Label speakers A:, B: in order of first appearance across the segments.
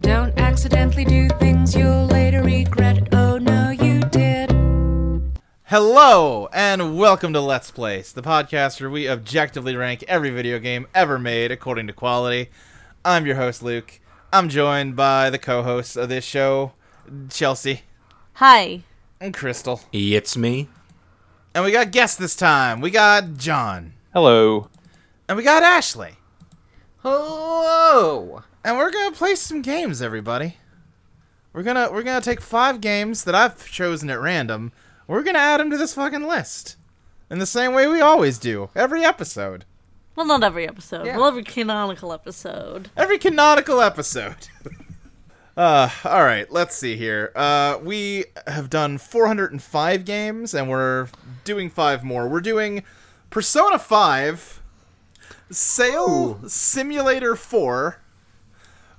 A: Don't accidentally do things you'll later regret. Oh no, you did.
B: Hello and welcome to Let's Plays, the podcast where we objectively rank every video game ever made according to quality. I'm your host Luke. I'm joined by the co-hosts of this show, Chelsea
C: Hi.
B: and Crystal.
D: It's me.
B: And we got guests this time. We got John
E: Hello.
B: and we got Ashley.
F: Hello.
B: And we're going to play some games everybody. We're going to we're going to take 5 games that I've chosen at random. We're going to add them to this fucking list. In the same way we always do every episode.
C: Well, not every episode.
F: Yeah.
C: Well, every canonical episode.
B: every canonical episode. uh, all right, let's see here. Uh, we have done 405 games, and we're doing five more. We're doing Persona 5, Sail Simulator 4,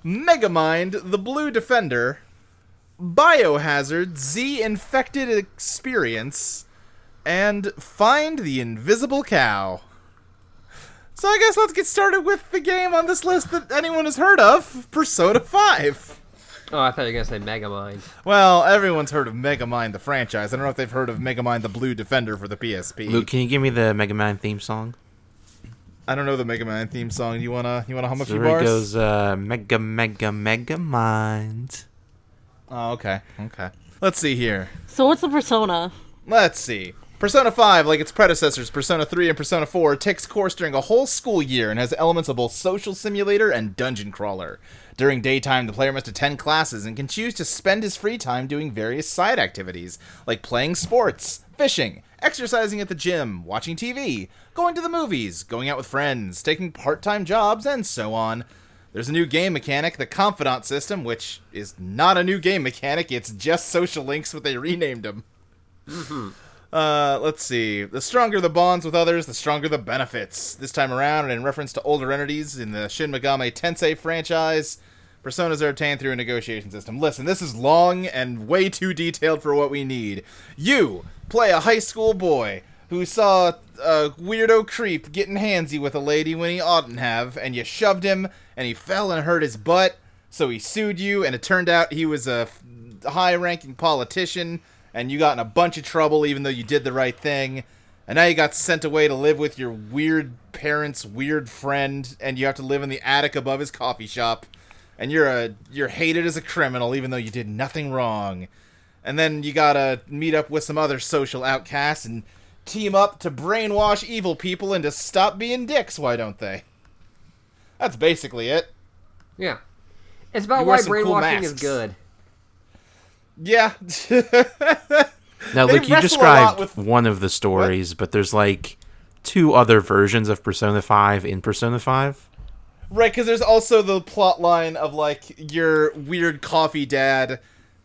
B: Megamind: The Blue Defender, Biohazard: Z Infected Experience, and Find the Invisible Cow. So I guess let's get started with the game on this list that anyone has heard of, Persona 5.
F: Oh, I thought you were gonna say Megamind.
B: Well, everyone's heard of Megamind the franchise. I don't know if they've heard of Megamind the Blue Defender for the PSP.
D: Luke, can you give me the Mega Man theme song?
B: I don't know the Megamind theme song. You wanna you wanna hum a few
D: There it
B: bars?
D: goes, uh, Mega Mega Mega Mind.
B: Oh, okay, okay. Let's see here.
C: So what's the persona?
B: Let's see. Persona 5, like its predecessors, Persona 3 and Persona 4, takes course during a whole school year and has elements of both social simulator and dungeon crawler. During daytime, the player must attend classes and can choose to spend his free time doing various side activities, like playing sports, fishing, exercising at the gym, watching TV, going to the movies, going out with friends, taking part time jobs, and so on. There's a new game mechanic, the Confidant system, which is not a new game mechanic, it's just social links, but they renamed them. Uh, let's see. The stronger the bonds with others, the stronger the benefits. This time around, and in reference to older entities in the Shin Megami Tensei franchise, personas are obtained through a negotiation system. Listen, this is long and way too detailed for what we need. You play a high school boy who saw a weirdo creep getting handsy with a lady when he oughtn't have, and you shoved him, and he fell and hurt his butt. So he sued you, and it turned out he was a f- high-ranking politician, and you got in a bunch of trouble, even though you did the right thing. And now you got sent away to live with your weird parents' weird friend, and you have to live in the attic above his coffee shop. And you're a you're hated as a criminal, even though you did nothing wrong. And then you gotta meet up with some other social outcasts and team up to brainwash evil people into stop being dicks. Why don't they? That's basically it.
F: Yeah. It's about
B: You wear
F: why
B: some cool
F: brainwashing is
B: masks.
F: good.
B: Yeah.
D: Now,
B: They
D: Luke, you
B: wrestle a lot
D: described
B: with-
D: one of the stories, but there's like two other versions of Persona 5 in Persona 5.
B: Right, because there's also the plot line of like your weird coffee dad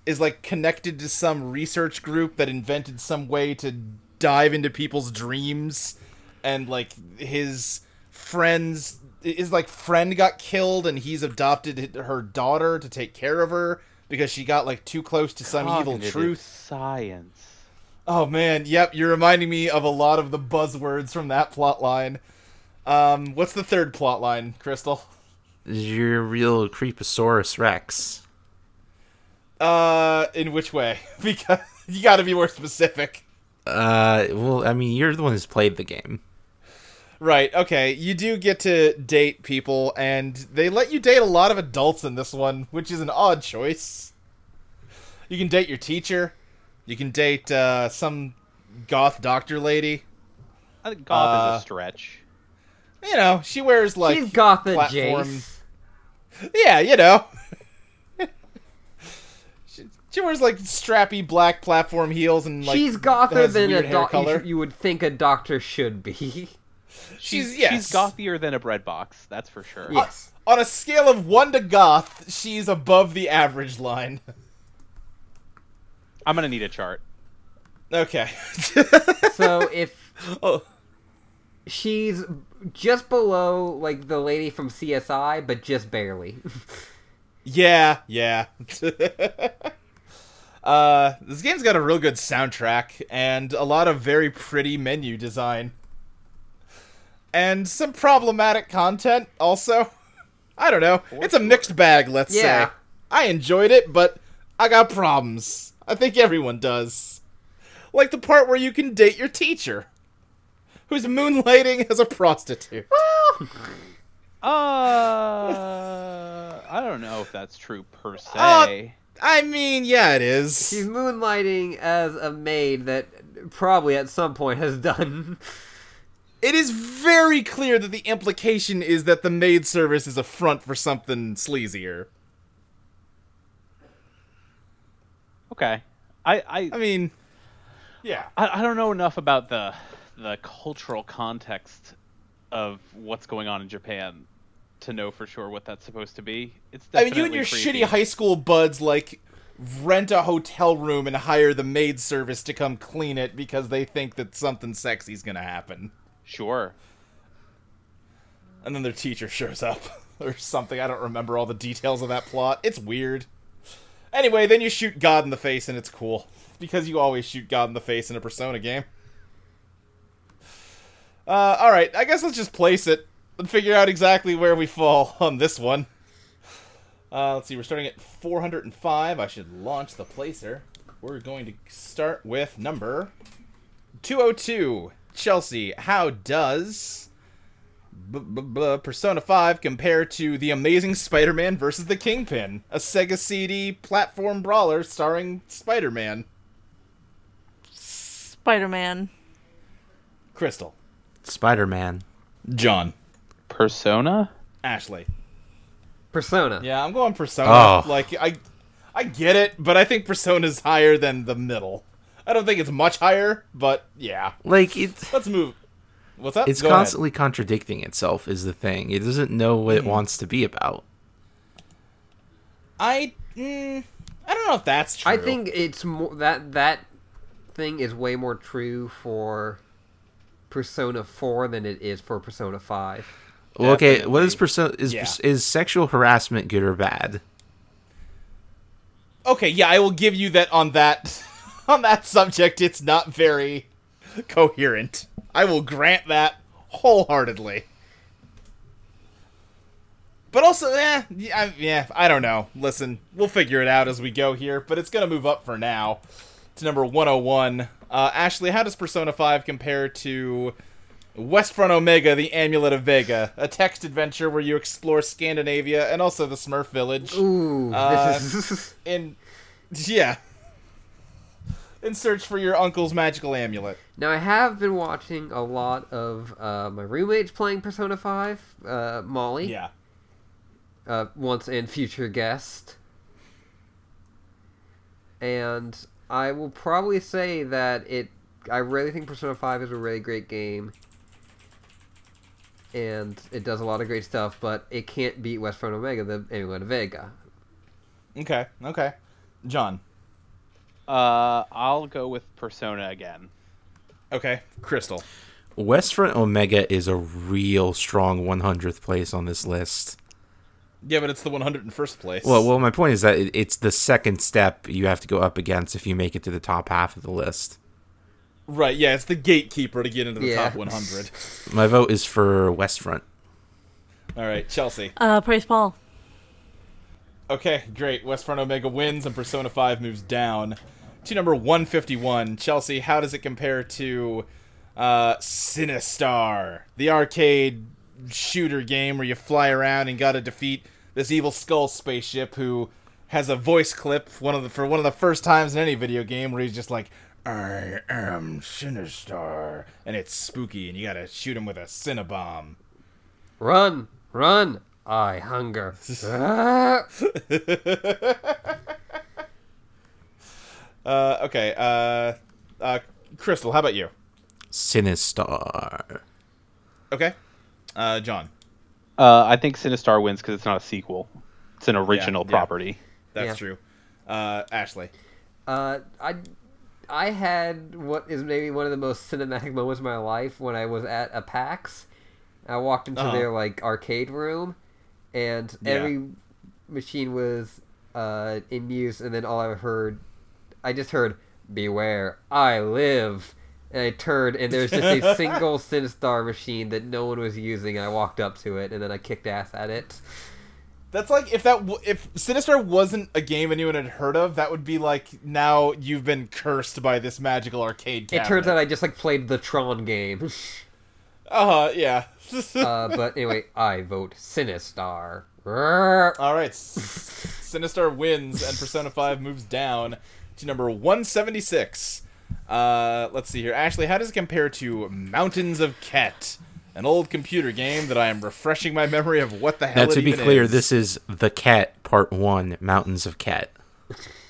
B: is like connected to some research group that invented some way to dive into people's dreams, and like his friends, his like friend got killed, and he's adopted her daughter to take care of her because she got like too close to some evil
E: Cognitive
B: truth.
E: Science.
B: Oh man, yep, you're reminding me of a lot of the buzzwords from that plot line. Um, what's the third plot line, Crystal?
D: You're real Creeposaurus Rex.
B: Uh, in which way? Because you got to be more specific.
D: Uh, well, I mean, you're the one who's played the game.
B: Right. Okay. You do get to date people, and they let you date a lot of adults in this one, which is an odd choice. You can date your teacher. You can date uh, some goth doctor lady.
E: I think goth
B: Uh,
E: is a stretch.
B: You know, she wears like
F: She's Gotha
B: platform-
F: Jace.
B: Yeah, you know. she, she wears like strappy black platform heels and like
F: she's gother
B: has
F: than a
B: weird hair
F: doctor
B: color.
F: you would think a doctor should be.
B: she's
E: She's
B: yes.
E: gothier than a bread box, that's for sure.
F: Yeah.
B: on a scale of one to goth, she's above the average line.
E: I'm gonna need a chart.
B: Okay.
F: so if
B: oh.
F: she's just below like the lady from CSI, but just barely.
B: Yeah, yeah. uh, this game's got a real good soundtrack and a lot of very pretty menu design. And some problematic content also. I don't know. It's a mixed bag, let's
F: yeah.
B: say. I enjoyed it, but I got problems. I think everyone does. Like the part where you can date your teacher, who's moonlighting as a prostitute.
E: Uh, I don't know if that's true per se.
B: Uh, I mean, yeah, it is.
F: She's moonlighting as a maid that probably at some point has done.
B: it is very clear that the implication is that the maid service is a front for something sleazier.
E: okay. I I,
B: I mean, yeah.
E: I I don't know enough about the the cultural context of what's going on in Japan to know for sure what that's supposed to be. It's
B: I mean, you and your
E: definitely
B: shitty
E: creepy.
B: high school buds like rent a hotel room and hire the maid service to come clean it because they think that something sexy's gonna happen,
E: Sure.
B: and then their teacher shows up or something. I don't remember all the details of that plot. It's weird. Anyway, then you shoot God in the face, and it's cool because you always shoot God in the face in a Persona game. Uh, all right, I guess let's just place it and figure out exactly where we fall on this one. Uh, let's see, we're starting at 405. I should launch the placer. We're going to start with number 202. Chelsea, how does b- b- b- Persona 5 compare to The Amazing Spider Man versus The Kingpin, a Sega CD platform brawler starring Spider Man?
C: Spider Man.
B: Crystal,
D: Spider Man.
B: John,
E: Persona.
B: Ashley.
F: Persona.
B: Yeah, I'm going Persona.
D: Oh.
B: Like I I get it, but I think Persona's higher than the middle. I don't think it's much higher, but yeah.
D: Like it,
B: Let's move. What's up?
D: it's constantly contradicting itself. Is the thing. It doesn't know what
B: Mm-hmm.
D: it wants to be about.
B: I mm, I don't know if that's true.
F: I think it's more that that thing is way more true for Persona 4 than it is for Persona 5.
D: Well, okay, what is persona? Is
B: Yeah.
D: is sexual harassment good or bad?
B: Okay, yeah, I will give you that on that on that subject. It's not very coherent. I will grant that wholeheartedly. But also, eh, yeah, I- yeah, I don't know. Listen, we'll figure it out as we go here, but it's gonna move up for now to number 101. Uh, Ashley, how does Persona 5 compare to West Front Omega, The Amulet of Vega, a text adventure where you explore Scandinavia and also the Smurf Village?
F: Ooh, this is
B: in yeah in search for your uncle's magical amulet
F: Now I have been watching a lot of uh, my roommates playing Persona Five, uh, Molly, uh, once and future guest, and I will probably say that it. I really think Persona Five is a really great game, and it does a lot of great stuff, but it can't beat West Front Omega, the Amulet of Vega.
B: okay okay john
E: Uh, I'll go with Persona again.
B: okay crystal
D: Westfront Omega is a real strong 100th place on this list.
B: yeah but it's the 101st place
D: Well, well, my point is that it, it's the second step you have to go up against if you make it to the top half of the list.
B: right yeah it's the gatekeeper to get into the
F: Yeah.
B: top 100
D: My vote is for Westfront.
B: all right chelsea
C: Uh, Praise Paul.
B: okay great west front omega wins and persona 5 moves down to number 151 chelsea how does it compare to uh sinistar the arcade shooter game where you fly around and got to defeat this evil skull spaceship who has a voice clip one of the for one of the first times in any video game where he's just like I am Sinistar and it's spooky and you got to shoot him with a Cinnabomb.
F: Run, run! I hunger. Ah!
B: Uh okay, uh uh Crystal, how about you?
D: Sinistar.
B: Okay. Uh, John.
E: Uh, I think Sinistar wins because it's not a sequel; it's an original
B: yeah.
E: property.
B: That's
F: Yeah.
B: true. Uh, Ashley.
F: Uh, I I had what is maybe one of the most cinematic moments of my life when I was at a PAX. I walked into
B: Uh-huh.
F: their like arcade room, and
B: Yeah.
F: every machine was uh, in use, and then all I heard, I just heard "Beware, I live." And I turned, and there was just a single Sinistar machine that no one was using. And I walked up to it, and then I kicked ass at it.
B: That's like if that w- if Sinistar wasn't a game anyone had heard of, that would be like now you've been cursed by this magical arcade.
F: It
B: Cabinet.
F: turns out I just like played the Tron game.
B: Uh huh. Yeah.
F: uh, but anyway, I vote Sinistar. Rrrr.
B: All right. S- Sinistar wins and Persona Five moves down to number one seventy six. Uh, let's see here, Ashley. How does it compare to Mountains of Ket, an old computer game that I am refreshing my memory of what the hell?
D: Now,
B: it
D: to be
B: even
D: clear,
B: is.
D: this is The Cat Part 1 Mountains of Cat.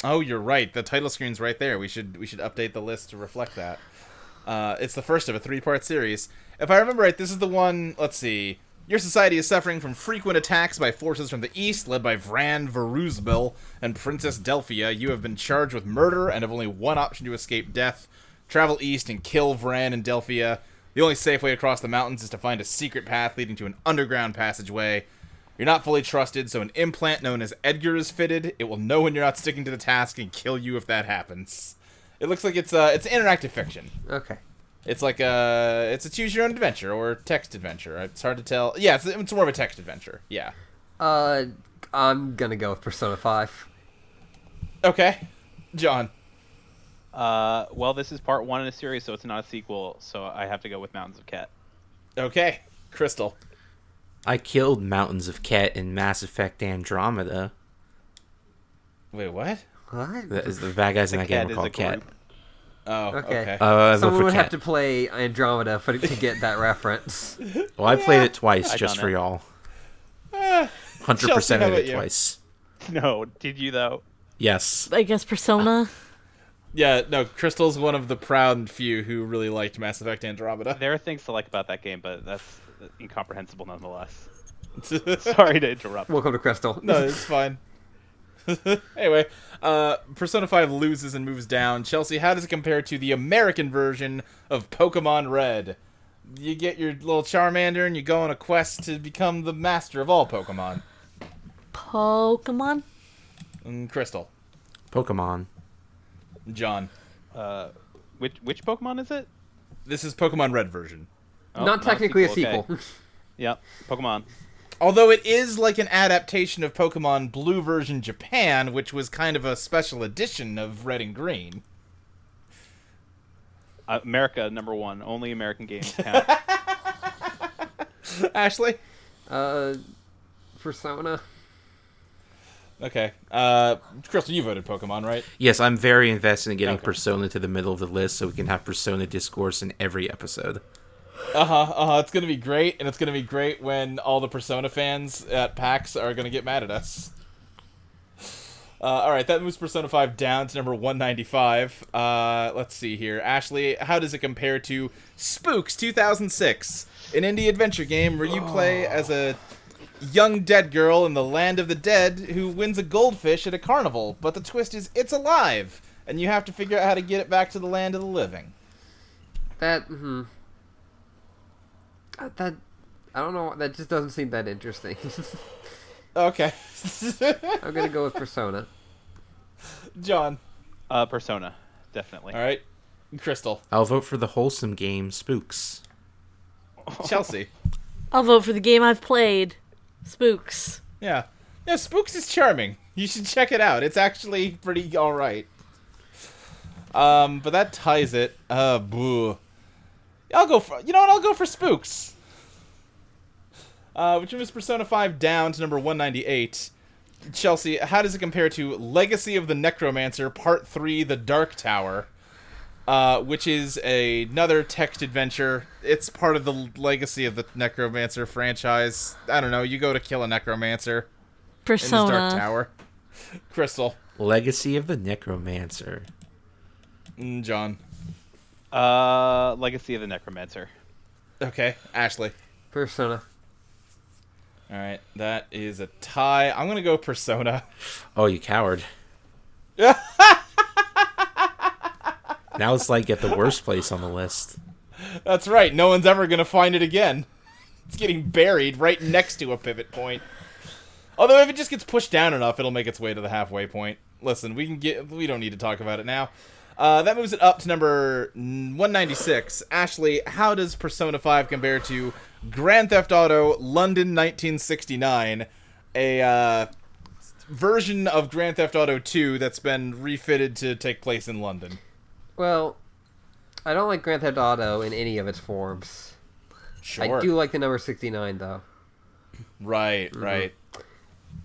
B: Oh, you're right. The title screen's right there. We should we should update the list to reflect that. Uh, it's the first of a three part series. If I remember right, this is the one. Let's see. Your society is suffering from frequent attacks by forces from the east, led by Vran Veruzbil and Princess Delphia. You have been charged with murder and have only one option to escape death: travel east and kill Vran and Delphia. The only safe way across the mountains is to find a secret path leading to an underground passageway. You're not fully trusted, so an implant known as Edgar is fitted. It will know when you're not sticking to the task and kill you if that happens. It looks like it's uh, it's interactive fiction.
F: Okay.
B: It's like a it's a choose your own adventure or text adventure. It's hard to tell. Yeah, it's, it's more of a text adventure. Yeah.
F: Uh, I'm gonna go with Persona 5.
B: Okay, John.
E: Uh, well, this is part one in a series, so it's not a sequel. So I have to go with Mountains of Cat.
B: Okay, Crystal.
D: I killed Mountains of Cat in Mass Effect Andromeda.
B: Wait, what?
F: What?
D: That is the bad guys in that game are called Cat.
E: group.
B: Oh, okay.
F: Okay.
D: Uh, I vote
F: Someone
D: for
F: would have
D: Cat.
F: to play Andromeda for, to get that reference.
D: Well, I played it twice
E: I
D: just
E: done
D: for
E: it.
D: y'all.
B: Ah,
D: Hundred
B: Chelsea,
D: percent
B: how
D: of
B: about
D: it
B: you?
D: twice.
E: No, did you though?
D: Yes.
C: I guess Persona.
B: yeah, no. Crystal's one of the proud few who really liked Mass Effect Andromeda.
E: There are things to like about that game, but that's incomprehensible nonetheless. Sorry to interrupt.
F: Welcome to Crystal.
B: No, it's fine. anyway, uh, Persona 5 loses and moves down. Chelsea, how does it compare to the American version of Pokemon Red? You get your little Charmander and you go on a quest to become the master of all Pokemon.
C: Pokemon.
B: And Mm, Crystal,
D: Pokemon.
B: John,
E: Uh, which which Pokemon is it?
B: this is Pokemon Red version.
E: Oh,
F: Not technically a
E: okay.
F: sequel.
E: Yeah, Pokemon.
B: Although it is like an adaptation of Pokemon Blue version Japan, which was kind of a special edition of Red and Green.
E: Uh, America number one. Only American games count.
B: Ashley?
F: Uh, Persona.
B: Okay. Uh, Crystal, you voted Pokemon, right?
D: Yes, I'm very invested in getting
B: Okay.
D: Persona to the middle of the list so we can have Persona discourse in every episode.
B: Uh huh. Uh huh. It's gonna be great, and it's gonna be great when all the Persona fans at PAX are gonna get mad at us. Uh, all right, that moves Persona Five down to number one ninety five. Uh, let's see here, Ashley. How does it compare to Spooks two thousand six, an indie adventure game where you play as a young dead girl in the land of the dead who wins a goldfish at a carnival? But the twist is it's alive, and you have to figure out how to get it back to the land of the living.
F: That. Hmm. Uh, That. I don't know. That just doesn't seem that interesting.
B: Okay,
F: I'm gonna go with Persona.
B: John.
E: Uh, Persona, definitely.
B: All right, Crystal,
D: I'll vote for the wholesome game Spooks.
B: Chelsea.
C: I'll vote for the game I've played. Spooks.
B: Yeah, no, Spooks is charming. You should check it out. It's actually pretty all right. Um, but that ties it. Uh, boo. I'll go for you know what? I'll go for Spooks. Uh, which moves Persona Five down to number one ninety eight. Chelsea, how does it compare to Legacy of the Necromancer Part Three: The Dark Tower? uh, which is a- another text adventure. It's part of the l- legacy of the Necromancer franchise. I don't know. You go to kill a Necromancer in his dark
C: Persona.
B: tower. Crystal,
D: Legacy of the Necromancer.
B: Mm, John.
E: Uh, Legacy of the Necromancer.
B: Okay, Ashley.
F: Persona.
B: All right, that is a tie. I'm gonna go Persona.
D: Oh, you coward. now it's like at the worst place on the list.
B: That's right. No one's ever gonna find it again. It's getting buried right next to a pivot point. Although if it just gets pushed down enough, it'll make its way to the halfway point. Listen, we can get. We don't need to talk about it now. Uh, that moves it up to number 196. Ashley, how does Persona 5 compare to Grand Theft Auto London 1969, a uh, version of Grand Theft Auto 2 that's been refitted to take place in London.
F: Well, I don't like Grand Theft Auto in any of its forms.
B: Sure.
F: I do like the number 69, though.
B: Right, right.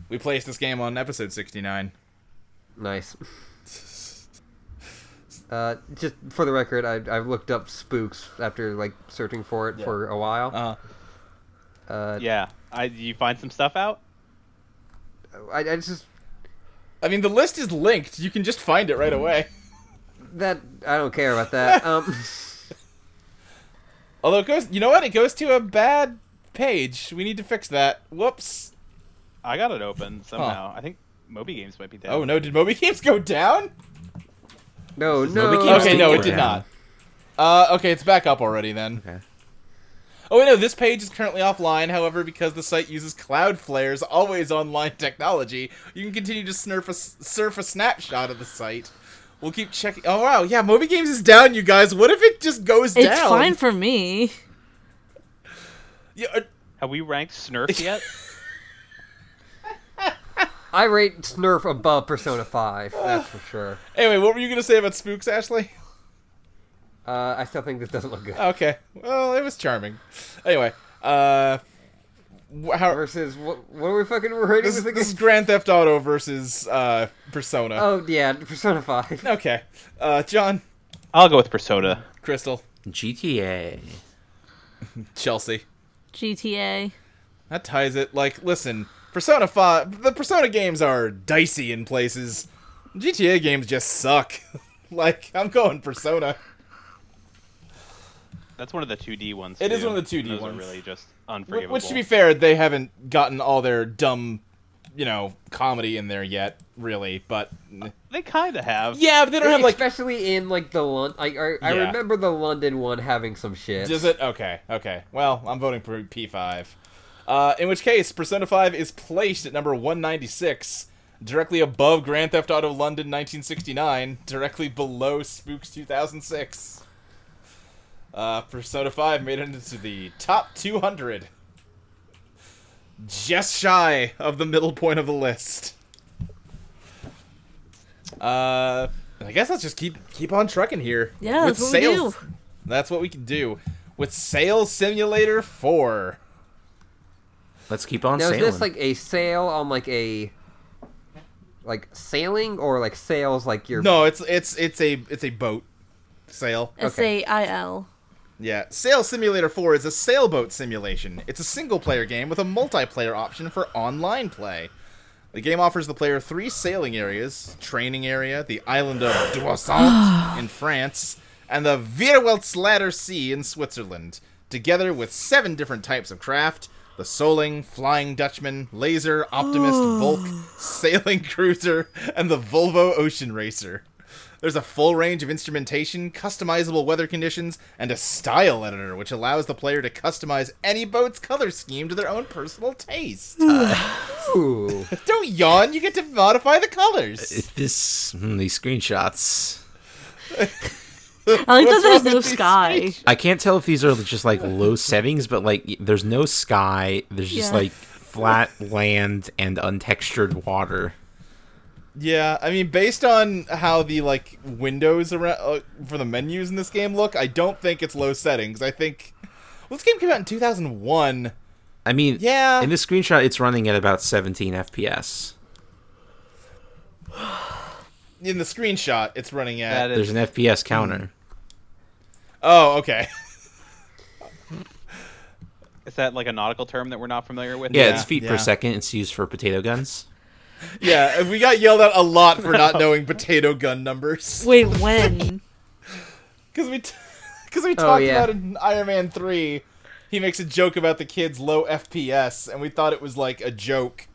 B: We placed this game on episode 69.
F: Nice. Uh, just for the record, I, I've looked up spooks after like searching for it for a while.
B: Uh, Uh-huh.
F: Uh,
E: Yeah. I you find some stuff out?
F: I, I just
B: I mean, the list is linked. You can just find it right away.
F: that I don't care about that. Um,
B: Although it goes, you know what? It goes to a bad page. We need to fix that. Whoops.
E: I got it open somehow. I think Moby Games might be dead.
B: Oh no, did Moby Games go down?
F: no, no.
D: Nobody keeps
B: Okay, no,
D: think
B: it
D: we're
B: did
D: down.
B: not. Uh, okay, it's back up already then.
D: Okay.
B: Oh wait, no, this page is currently offline. However, because the site uses Cloudflare's always online technology, you can continue to snurf a, surf a snapshot of the site. We'll keep checking. Oh wow, yeah, Moby Games is down, you guys. What if it just goes
C: It's
B: down?
C: fine for me.
B: Yeah, uh,
E: Have we ranked Snurf yet?
F: I rate Snurf above Persona Five. That's for sure.
B: anyway, what were you gonna say about Spooks, Ashley?
F: Uh, I still think this doesn't look good.
B: Okay, well, it was charming. Anyway, uh, wh- how
F: Versus what? What are we fucking rating
B: this,
F: this
B: this is
F: against?
B: Grand Theft Auto versus uh, Persona.
F: Oh yeah, Persona Five.
B: Okay, uh, John,
E: I'll go with Persona.
B: Crystal,
D: GTA.
B: Chelsea.
C: GTA.
B: That ties it. Like, listen, Persona 5, the Persona games are dicey in places. GTA games just suck. like, I'm going Persona.
E: That's one of the 2D ones.
B: It is
E: too.
B: one of the 2D
E: Those
B: ones.
E: Are really just
B: Wh-
E: unforgivable.
B: Which, to be fair, they haven't gotten all their dumb, you know, comedy in there yet, really. But,
E: they kind of have.
B: yeah, but they don't have, like,
F: Especially in like the London. I, I, I
B: Yeah.
F: remember the London one having some shit.
B: Does it? Okay, okay. Well, I'm voting for P5. Uh, in which case, Persona 5 is placed at number 196, directly above Grand Theft Auto London 1969, directly below Spooks 2006. Uh, Persona 5 made it into the top 200. Just shy of the middle point of the list. Uh, I guess let's just keep keep on trucking here.
C: Yeah,
B: With
C: that's what we do.
B: sales- that's what we can do with Sales Simulator 4.
D: Let's keep on
F: Now is
D: sailing.
F: this like a sale on like a like sailing or like sales like your
B: No, it's it's it's a it's a boat sail.
C: S A I L.
B: Yeah, Sail Simulator 4 is a sailboat simulation. It's a single-player game with a multiplayer option for online play. The game offers the player three sailing areas: training area, the island of Doissant in France, and the Vierweltsladder Sea in Switzerland. Together with seven different types of craft: the Soling, Flying Dutchman, Laser, Optimist, Volk, Sailing Cruiser, and the Volvo Ocean Racer. There's a full range of instrumentation, customizable weather conditions, and a style editor which allows the player to customize any boat's color scheme to their own personal taste.
F: Ooh.
B: Don't yawn. You get to modify the colors.
D: this mm, these screenshots.
C: I like that
B: What's wrong
C: there's no
B: with these
C: sky.
D: I can't tell if these are just like low settings, but like y- there's no sky. There's just
C: Yeah.
D: like flat land and untextured water.
B: Yeah, I mean, based on how the like windows around uh, for the menus in this game look, I don't think it's low settings. I think well, this game came out in 2001.
D: I mean,
B: Yeah.
D: In this screenshot, it's running at about 17 FPS.
B: In the screenshot, it's running at
E: That is
D: There's an FPS counter.
B: oh, okay.
E: Is that like a nautical term that we're not familiar with?
D: Yeah, it's feet
B: yeah.
D: per second. It's used for potato guns.
B: yeah, we got yelled at a lot for not knowing potato gun numbers
C: Wait, when?
B: because we because we talked
F: yeah.
B: about in Iron Man three. He makes a joke about the kids low FPS, and we thought it was like a joke.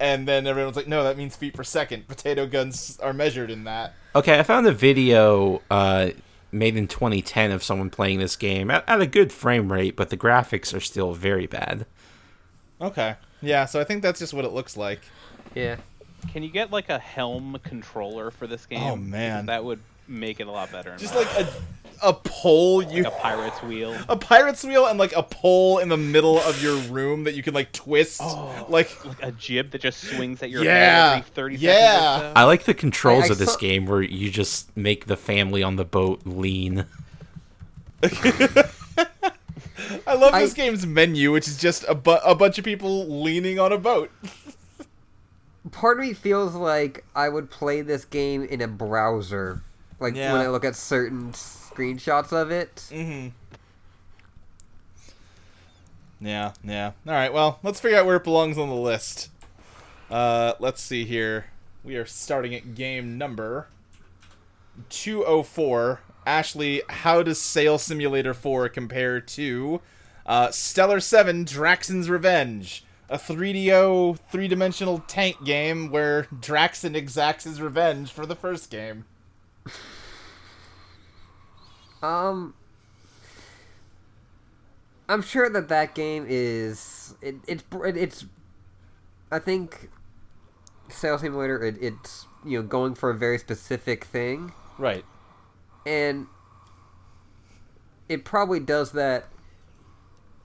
B: And then everyone was like, "No, that means feet per second. Potato guns are measured in that."
D: Okay, I found a video uh, made in 2010 of someone playing this game at, at a good frame rate, but the graphics are still very bad.
B: Okay. Yeah, so I think that's just what it looks like.
F: Yeah.
E: Can you get like a helm controller for this game?
B: Oh, man.
E: Because that would make it a lot better. in
B: Just
E: my
B: like a a pole you
E: like a pirate's wheel.
B: a pirate's wheel and like a pole in the middle of your room that you can like twist like
E: Like a jib that just swings at your
B: Yeah.
E: head every 30
B: Yeah.
E: seconds. Or so.
D: I like the controls
F: I- I
D: of this
F: saw-
D: game where you just make the family on the boat lean.
B: I love
F: I-
B: this game's menu, which is just a, bu- a bunch of people leaning on a boat.
F: part of me feels like I would play this game in a browser, like
B: Yeah.
F: when I look at certain screenshots of it.
B: Mm-hmm. Yeah, yeah. All right, well, let's figure out where it belongs on the list. Uh, let's see here. We are starting at game number 204. Ashley, how does Sail Simulator 4 compare to uh, Stellar 7 Draxon's Revenge? A 3DO, three dimensional tank game where Draxon exacts his revenge for the first game. Mm.
F: Um, I'm sure that that game is it, it's br- it, it's. I think, Sales Simulator. It, it's you know going for a very specific thing,
B: Right.
F: and it probably does that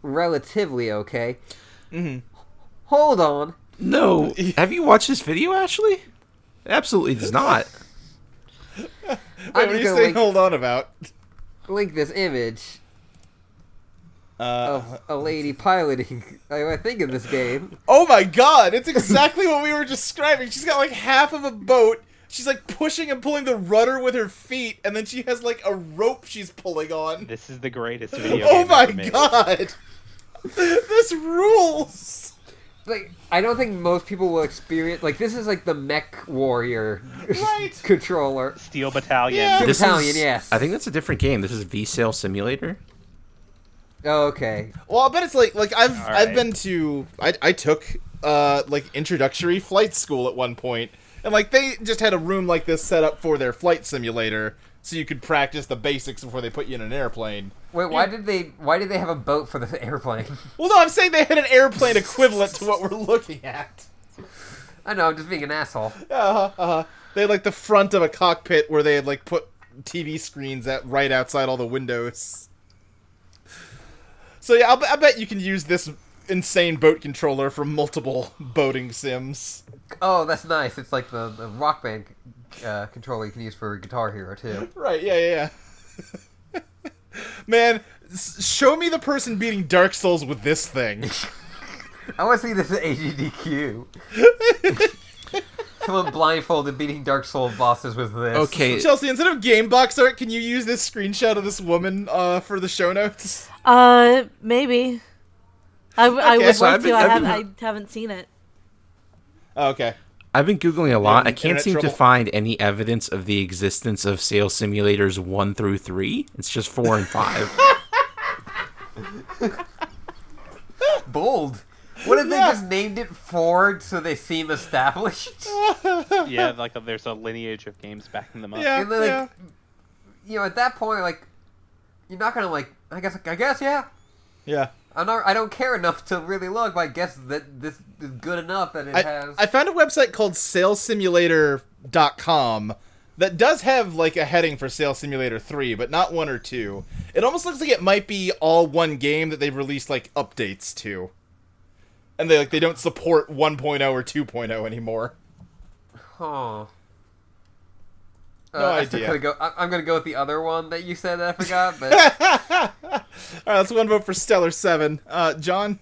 F: relatively okay. Mm-hmm. Hold on.
D: No, have you watched this video, Ashley? It Absolutely does not.
F: I'm
B: what are
F: just
B: you
F: gonna
B: saying
F: link,
B: hold on about?
F: link this image
B: Uh,
F: of a lady piloting. I I think in this game.
B: Oh my god, it's exactly what we were describing. She's got like half of a boat. She's like pushing and pulling the rudder with her feet, and then she has like a rope she's pulling on.
E: This is the greatest video
B: Oh
E: game
B: my
E: ever made.
B: god! this rules!
F: like I don't think most people will experience like this is like the mech warrior
B: Right.
F: controller.
E: Steel Battalion.
B: Yeah.
D: This
F: Italian,
D: is,
F: yes.
D: I think that's a different game. This is V Sale Simulator.
F: Oh, okay.
B: Well, I bet it's like like I've
E: All
B: I've
E: right.
B: been to I I took uh like introductory flight school at one point, and like they just had a room like this set up for their flight simulator, so you could practice the basics before they put you in an airplane.
F: Wait, why did they why did they have a boat for the airplane?
B: Well, no, I'm saying they had an airplane equivalent to what we're looking at.
F: I know, I'm just being an asshole.
B: Uh-huh, uh-huh. They had, like the front of a cockpit where they had like put TV screens at right outside all the windows. So yeah, I'll, be- I bet you can use this insane boat controller for multiple boating sims.
F: Oh, that's nice. It's like the, the rock band uh, controller you can use for Guitar Hero too.
B: Right? Yeah, yeah. yeah. Man, s- show me the person beating Dark Souls with this thing.
F: I want to see this at AGDQ. Someone blindfolded beating Dark Soul bosses with this.
D: Okay,
B: Chelsea, instead of game box art, can you use this screenshot of this woman uh, for the show notes?
C: Uh, maybe. I, w- I
B: Okay,
C: would
B: so
C: like
D: I've been-
C: to. I,
D: I've
C: have,
D: been-
C: I haven't seen it.
B: Oh, okay.
D: I've been googling a lot. I
B: having
D: can't
B: internet
D: seem to
B: trouble?
D: find any evidence of the existence of Sale Simulators one through three. It's just four and five.
F: bold. What if
B: Yeah.
F: they just named it Ford so they seem established?
E: yeah, like there's a lineage of games backing them up.
B: Yeah,
F: And then, like,
B: yeah.
F: you know, at that point, like, you're not gonna like. I guess, I guess, yeah.
B: Yeah.
F: I'm not. I don't care enough to really look, but I guess that this is good enough that it
B: I,
F: has.
B: I found a website called salesimulator.com that does have like a heading for Sale Simulator 3, but not 1 or 2. It almost looks like it might be all one game that they've released like updates to. And they like they don't support 1.0 or 2.0 anymore.
F: huh.
B: No
F: Uh, I still
B: idea.
F: Gonna go, I, am gonna go with the other one that you said that I forgot, but
B: All right, that's one vote for Stellar 7. Uh John,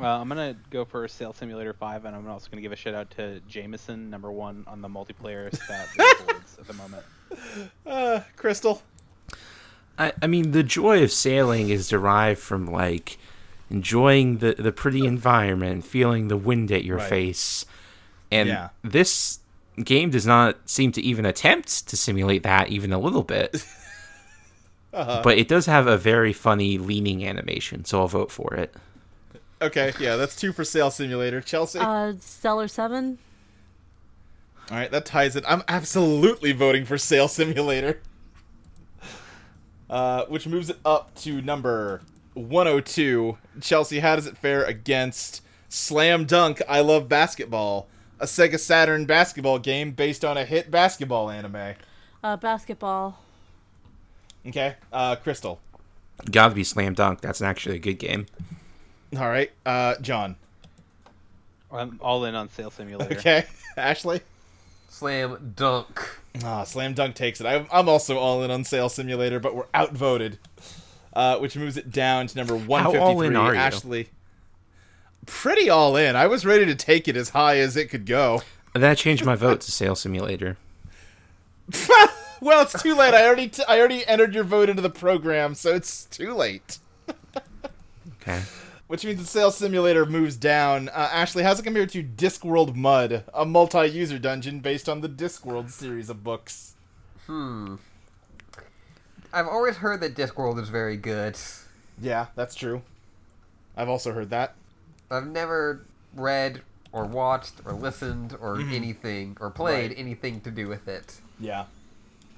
E: Well, Uh, I'm gonna go for Sail Simulator Five, and I'm also gonna give a shout out to Jameson, number one on the multiplayer stat leaderboards at the moment.
B: uh Crystal.
D: I, I mean, the joy of sailing is derived from like enjoying the, the pretty environment, feeling the wind at your
B: Right.
D: face. And
B: Yeah.
D: this game does not seem to even attempt to simulate that even a little bit.
B: Uh-huh.
D: But it does have a very funny leaning animation, so I'll vote for it.
B: Okay, yeah, that's 2 for Sale Simulator. Chelsea.
C: Uh, Stellar Seven.
B: All right, that ties it. I'm absolutely voting for Sale Simulator. Uh, which moves it up to number 102. Chelsea, how does it fare against Slam Dunk I Love Basketball, a Sega Saturn basketball game based on a hit basketball anime?
C: Uh, basketball.
B: Okay. Uh, Crystal.
D: Gotta be slam dunk. That's actually a good game.
B: All right. Uh, John.
E: I'm all in on Sail Simulator.
B: Okay. Ashley.
F: Slam dunk.
B: Ah, Slam Dunk takes it. I'm, I'm also all in on Sale Simulator, but we're outvoted, uh, which moves it down to number one fifty three.
D: all in are you?
B: Ashley. Pretty all in. I was ready to take it as high as it could go.
D: That changed my vote to Sail Simulator.
B: well, it's too late. I already t- I already entered your vote into the program, so it's too late.
D: Okay.
B: Which means the Sail Simulator moves down. Uh, Ashley, how's it compared to Discworld Mud, a multi-user dungeon based on the Discworld series of books?
F: I've always heard that Discworld is very good.
B: Yeah, that's true. I've also heard that.
F: I've never read or watched or listened or anything or played
B: Mm-hmm. Right.
F: anything to do with it.
B: Yeah.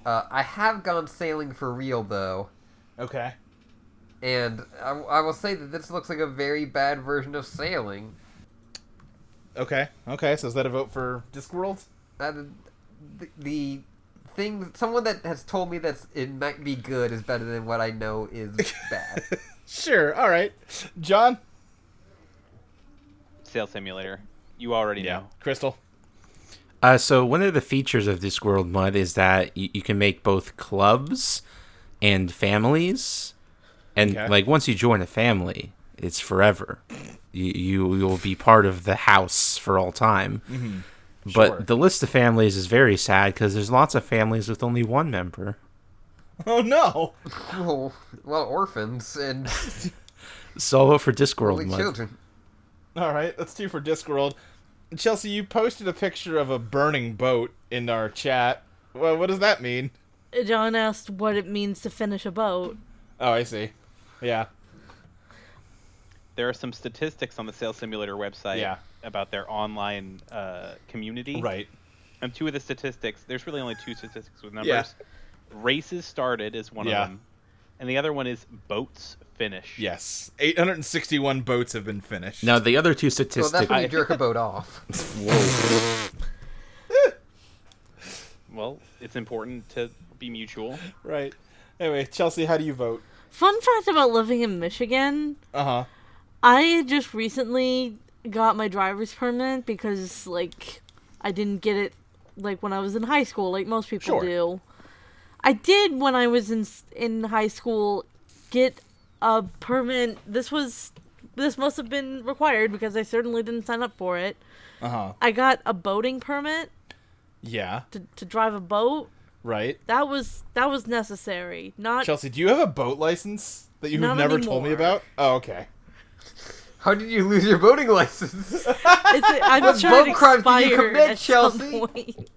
F: Uh, I have gone sailing for real though,
B: Okay.
F: and I, I will say that this looks like a very bad version of sailing.
B: Okay. Okay. So is that a vote for Discworld?
F: Uh, the, the thing, someone that has told me that it might be good is better than what I know is bad.
B: Sure. All right. John.
E: Sail Simulator. You already know.
B: Crystal.
D: Uh, so one of the features of Discworld Mud is that you, you can make both clubs and families, and
B: Okay.
D: like once you join a family, it's forever. You, you you'll be part of the house for all time. But
B: Mm-hmm. Sure.
D: the list of families is very sad because there's lots of families with only one member.
B: Oh no.
F: well, well, orphans and
D: So I'll vote for Discworld
F: only
D: Mud.
F: children.
B: All right. That's two for Discworld. Chelsea, you posted a picture of a burning boat in our chat. Well, what does that mean?
C: John asked what it means to finish a boat.
B: Oh, I see. Yeah.
E: There are some statistics on the Sail Simulator website
B: Yeah.
E: about their online uh, community.
B: Right.
E: And two of the statistics, there's really only two statistics with numbers.
B: Yeah.
E: Races started is one
B: Yeah.
E: of them, and the other one is boats finished.
B: Yes. 861 boats have been finished.
D: Now the other two
F: Well,
D: statistics.
F: that's when you jerk a boat off.
E: Well, it's important to be mutual.
B: Right. Anyway, Chelsea, how do you vote?
C: Fun fact about living in Michigan
B: Uh huh.
C: I just recently got my driver's permit because, like, I didn't get it, like, when I was in high school, like most people
B: Sure.
C: do. I did, when I was in, s- in high school, get a permit. This was, this must have been required because I certainly didn't sign up for it.
B: Uh huh.
C: I got a boating permit
B: Yeah.
C: to, to drive a boat.
B: Right.
C: That was, that was necessary. Not,
B: Chelsea, do you have a boat license that you've
C: Not
B: never told me
C: anymore.
B: about? Oh, okay.
F: How did you lose your boating license?
C: It's a, I'm
F: What
C: sure it
F: boat crime did you
C: expired
F: commit,
C: at
F: Chelsea?
C: some point.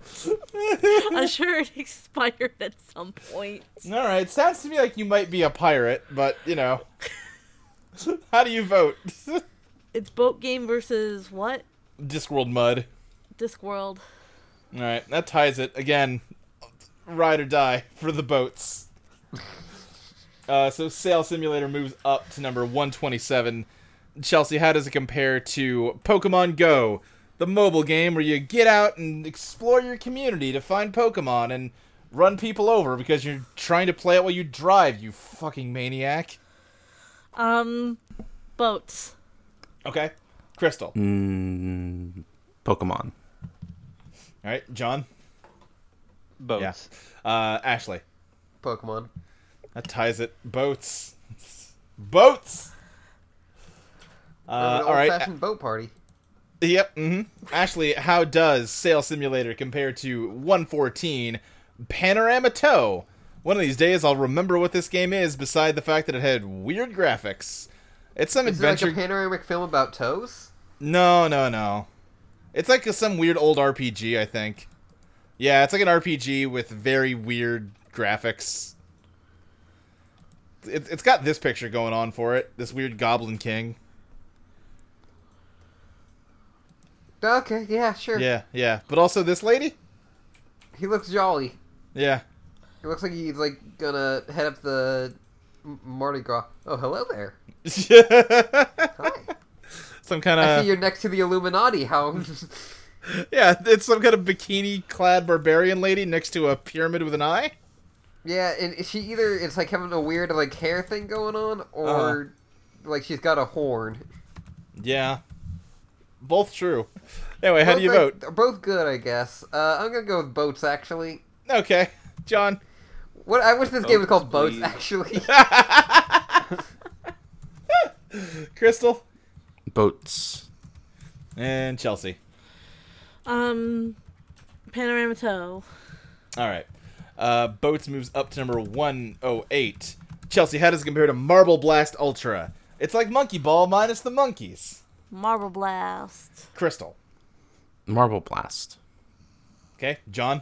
C: I'm sure it expired at some point.
B: All right, sounds to me like you might be a pirate, but you know. How do you vote?
C: It's boat game versus what?
B: Discworld mud.
C: Discworld.
B: All right, that ties it again. Ride or die for the boats. Uh, so Sail Simulator moves up to number 127. Chelsea, how does it compare to Pokemon Go, the mobile game where you get out and explore your community to find Pokemon and run people over because you're trying to play it while you drive, you fucking maniac?
C: Um, boats.
B: Okay. Crystal.
D: Mm, Pokemon.
B: All right, John.
E: Boats.
B: Uh, Ashley.
F: Pokemon.
B: That ties it. Boats. Boats. Uh,
F: An
B: all right.
F: old-fashioned boat party.
B: A- Yep. hmm Ashley, how does Sail Simulator compare to 114 Panorama Toe? One of these days, I'll remember what this game is. Beside the fact that it had weird graphics, it's some
F: Is it like
B: adventure.
F: a panoramic film about toes?
B: no, no, no. It's like some weird old RPG. I think. Yeah, it's like an RPG with very weird graphics. It, it's got this picture going on for it. This weird Goblin King.
F: Okay, yeah, sure.
B: Yeah, yeah. But also this lady?
F: He looks jolly.
B: Yeah.
F: It looks like he's like gonna head up the M- Mardi Gras. Oh, hello there. Hi.
B: some kind
F: I see
B: of
F: you're next to the Illuminati. How?
B: Yeah, it's some kind of bikini clad barbarian lady next to a pyramid with an eye.
F: Yeah, and she either it's like having a weird like hair thing going on, or
B: Uh-huh.
F: like she's got a horn.
B: Yeah. Both true. Anyway, how do
F: Both,
B: you
F: like,
B: vote?
F: They're both good, I guess. Uh, I'm gonna go with boats actually.
B: Okay. John.
F: What I wish this game was
E: Boats,
F: called Boats
E: please.
F: actually.
B: Crystal.
D: Boats.
B: And Chelsea.
C: Um, Panorama Toe.
B: All right. Uh, Boats moves up to number 108. Chelsea, how does it compare to Marble Blast Ultra? It's like Monkey Ball minus the monkeys.
C: Marble Blast.
B: Crystal.
D: Marble Blast.
B: Okay. John.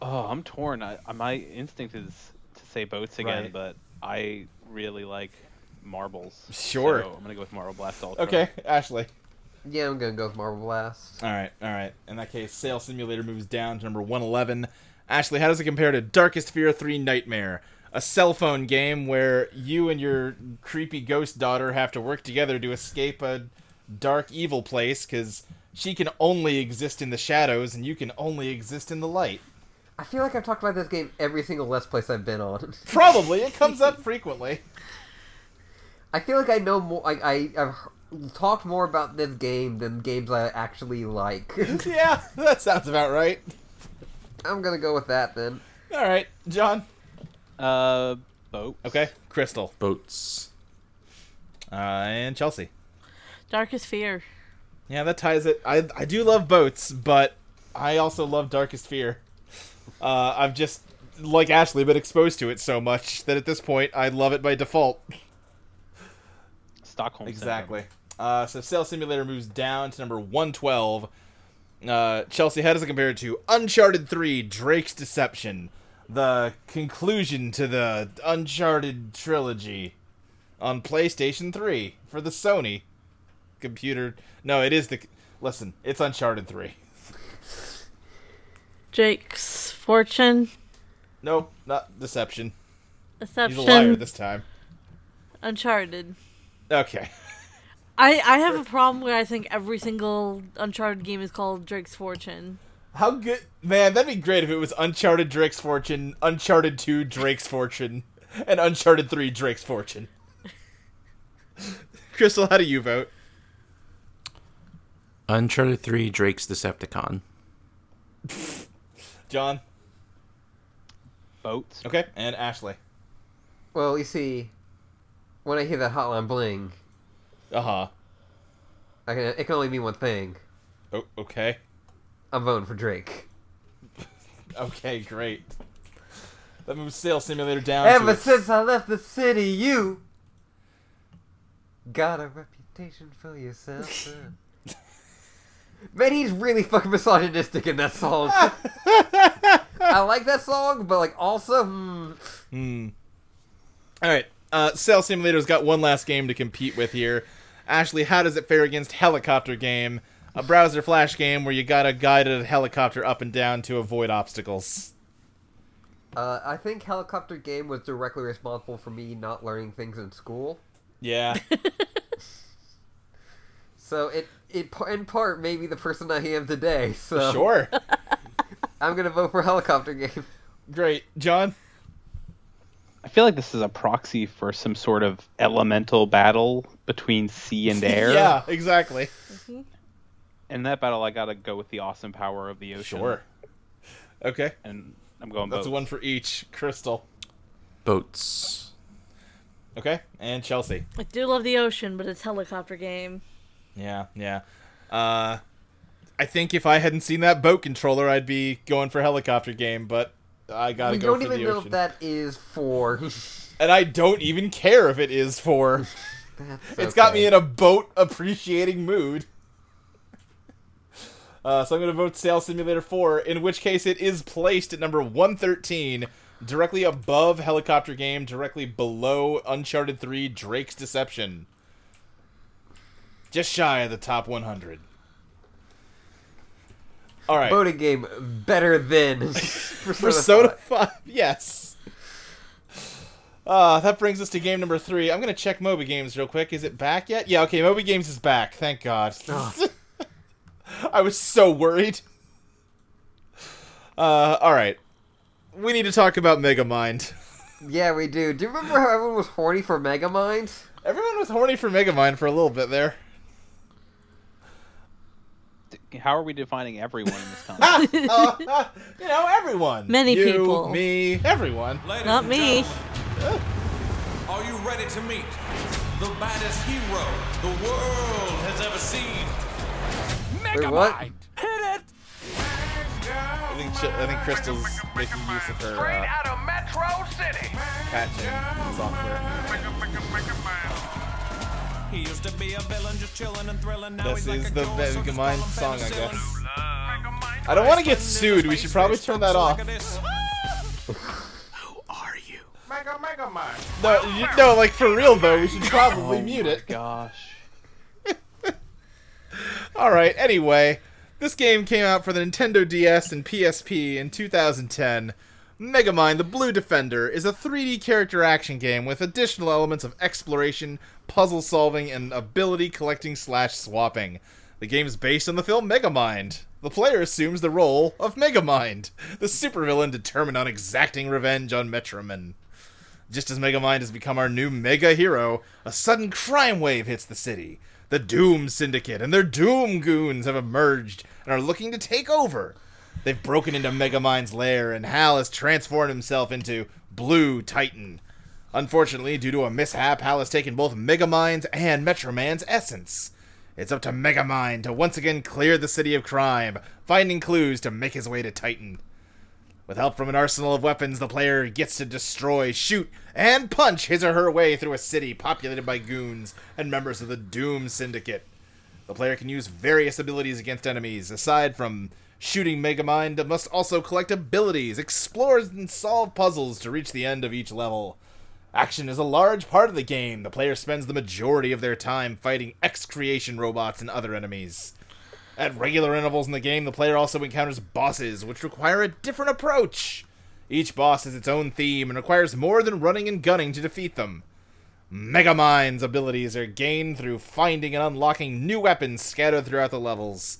E: Oh, I'm torn. I, I- my instinct is to say boats again,
B: Right.
E: but I really like marbles.
B: Sure.
E: So I'm gonna go with Marble Blast Ultra.
B: Okay. Ashley.
F: yeah, I'm gonna go with Marble Blast.
B: All right. All right. In that case, Sail Simulator moves down to number 111. Ashley, how does it compare to Darkest Fear 3 Nightmare? A cell phone game where you and your creepy ghost daughter have to work together to escape a dark, evil place because she can only exist in the shadows and you can only exist in the light.
F: I feel like I've talked about this game every single Let's Place I've been on.
B: Probably. It comes up frequently.
F: I feel like I know more. Like I, I've h- talked more about this game than games I actually like.
B: Yeah, that sounds about right.
F: I'm gonna go with that then.
B: All right, John.
E: Uh, boat.
B: Okay, Crystal.
D: Boats.
B: Uh, and Chelsea.
C: Darkest Fear.
B: Yeah, that ties it. I I do love boats, but I also love Darkest Fear. Uh, I've just like Ashley been exposed to it so much that at this point I love it by default.
E: Stockholm. Syndrome.
B: Exactly. Uh, so Sail Simulator moves down to number 112. Uh, Chelsea, how does it compare to Uncharted 3 Drake's Deception? The conclusion to the Uncharted trilogy on PlayStation 3 for the Sony computer. No, it is the. Listen, it's Uncharted 3.
C: Jake's Fortune.
B: Nope, not Deception. He's a liar
C: Deception.
B: this time.
C: Uncharted.
B: Okay.
C: I, I have a problem where I think every single Uncharted game is called Drake's Fortune.
B: How good, man? That'd be great if it was Uncharted Drake's Fortune, Uncharted Two Drake's Fortune, and Uncharted Three Drake's Fortune. Crystal, how do you vote?
D: Uncharted 3 Drake's Decepticon.
B: John,
E: Boats.
B: okay, and Ashley.
F: Well, you see, when I hear that Hotline Bling,
B: Uh huh.
F: I can, it can only mean one thing.
B: Oh, okay.
F: I'm voting for Drake.
B: Okay, great. That moves Sail Simulator down. to
F: Ever
B: its-
F: since I left the city, you got a reputation for yourself. huh? Man, he's really fucking misogynistic in that song. I like that song, but like also, hmm,
B: All right. Uh, Sail Simulator's got one last game to compete with here. Ashley, how does it fare against Helicopter Game, a browser flash game where you gotta guide a helicopter up and down to avoid obstacles?
F: uh, I think Helicopter Game was directly responsible for me not learning things in school.
B: Yeah.
F: So it it par- in part made me the person I am today. So
B: Sure.
F: I'm gonna vote for Helicopter Game.
B: Great. John?
E: I feel like this is a proxy for some sort of elemental battle between sea and air.
B: Yeah, exactly.
E: In that battle, I gotta go with the awesome power of the ocean.
B: Okay.
E: And I'm going
B: That's
E: boats.
B: one for each. Crystal.
D: Boats.
B: Okay. And Chelsea.
C: I do love the ocean, but it's helicopter game.
B: Yeah, yeah. Uh I think if I hadn't seen that boat controller, I'd be going for helicopter game, but I gotta
F: We
B: go
F: don't
B: for
F: even
B: the
F: know
B: ocean.
F: if that is for.
B: and I don't even care if it is for.
F: It's
B: It's got me in a boat appreciating mood. Uh, so I'm going to vote Sail Simulator 4, in which case it is placed at number 113, directly above Helicopter Game, directly below Uncharted 3 Drake's Deception. Just shy of the top 100. All right.
F: Boating game better than Persona,
B: Persona
F: five.
B: 5, yes. Uh, that brings us to game number three. I'm going to check Moby Games real quick. Is it back yet? Yeah, okay, Moby Games is back. Thank God.
F: Ugh.
B: I was so worried. Uh, all right. we need to talk about Megamind.
F: Yeah, we do. Do you remember how everyone was horny for Megamind?
B: Everyone was horny for Megamind for a little bit there.
E: How are we defining everyone in this context?
B: You know, everyone.
C: Many
B: You,
C: people.
B: Me, everyone.
G: Ladies
C: Not
G: and
C: me.
G: gentlemen, Are you ready to meet the baddest hero the world has ever seen?
F: Wait, what?
B: I think, Ch- I think Crystal's making use of her
H: Straight
B: uh,
H: out of Metro City.
B: patching software.
G: He used to be a villain, just chilling and thrilling. Now
B: This
G: he's
B: is
G: like a
B: the
G: ghost, so just
B: Megamind
G: call him
B: song, I
G: penicillin.
B: guess. I don't want to get sued. We should probably turn that off.
H: Mega Mega Mind.
B: No, you, no, like for real though, we should probably mute it.
E: Gosh.
B: All right. Anyway, this game came out for the Nintendo DS and PSP in 2010. Megamind: The Blue Defender is a 3D character action game with additional elements of exploration, puzzle solving, and ability collecting slash swapping. The game is based on the film Megamind. The player assumes the role of Megamind, the supervillain determined on exacting revenge on Metroman. Just as Megamind has become our new mega hero, a sudden crime wave hits the city. The Doom Syndicate and their Doom Goons have emerged and are looking to take over. They've broken into Megamind's lair, and Hal has transformed himself into Blue Titan. Unfortunately, due to a mishap, Hal has taken both Megamind's and Metroman's essence. It's up to Megamind to once again clear the city of crime, finding clues to make his way to Titan. With help from an arsenal of weapons, the player gets to destroy, shoot, and punch his or her way through a city populated by goons and members of the Doom Syndicate. The player can use various abilities against enemies. Aside from shooting Megamind, it must also collect abilities, explore, and solve puzzles to reach the end of each level. Action is a large part of the game. The player spends the majority of their time fighting X creation robots and other enemies. At regular intervals in the game, the player also encounters bosses, which require a different approach. Each boss has its own theme and requires more than running and gunning to defeat them. Megamind's abilities are gained through finding and unlocking new weapons scattered throughout the levels.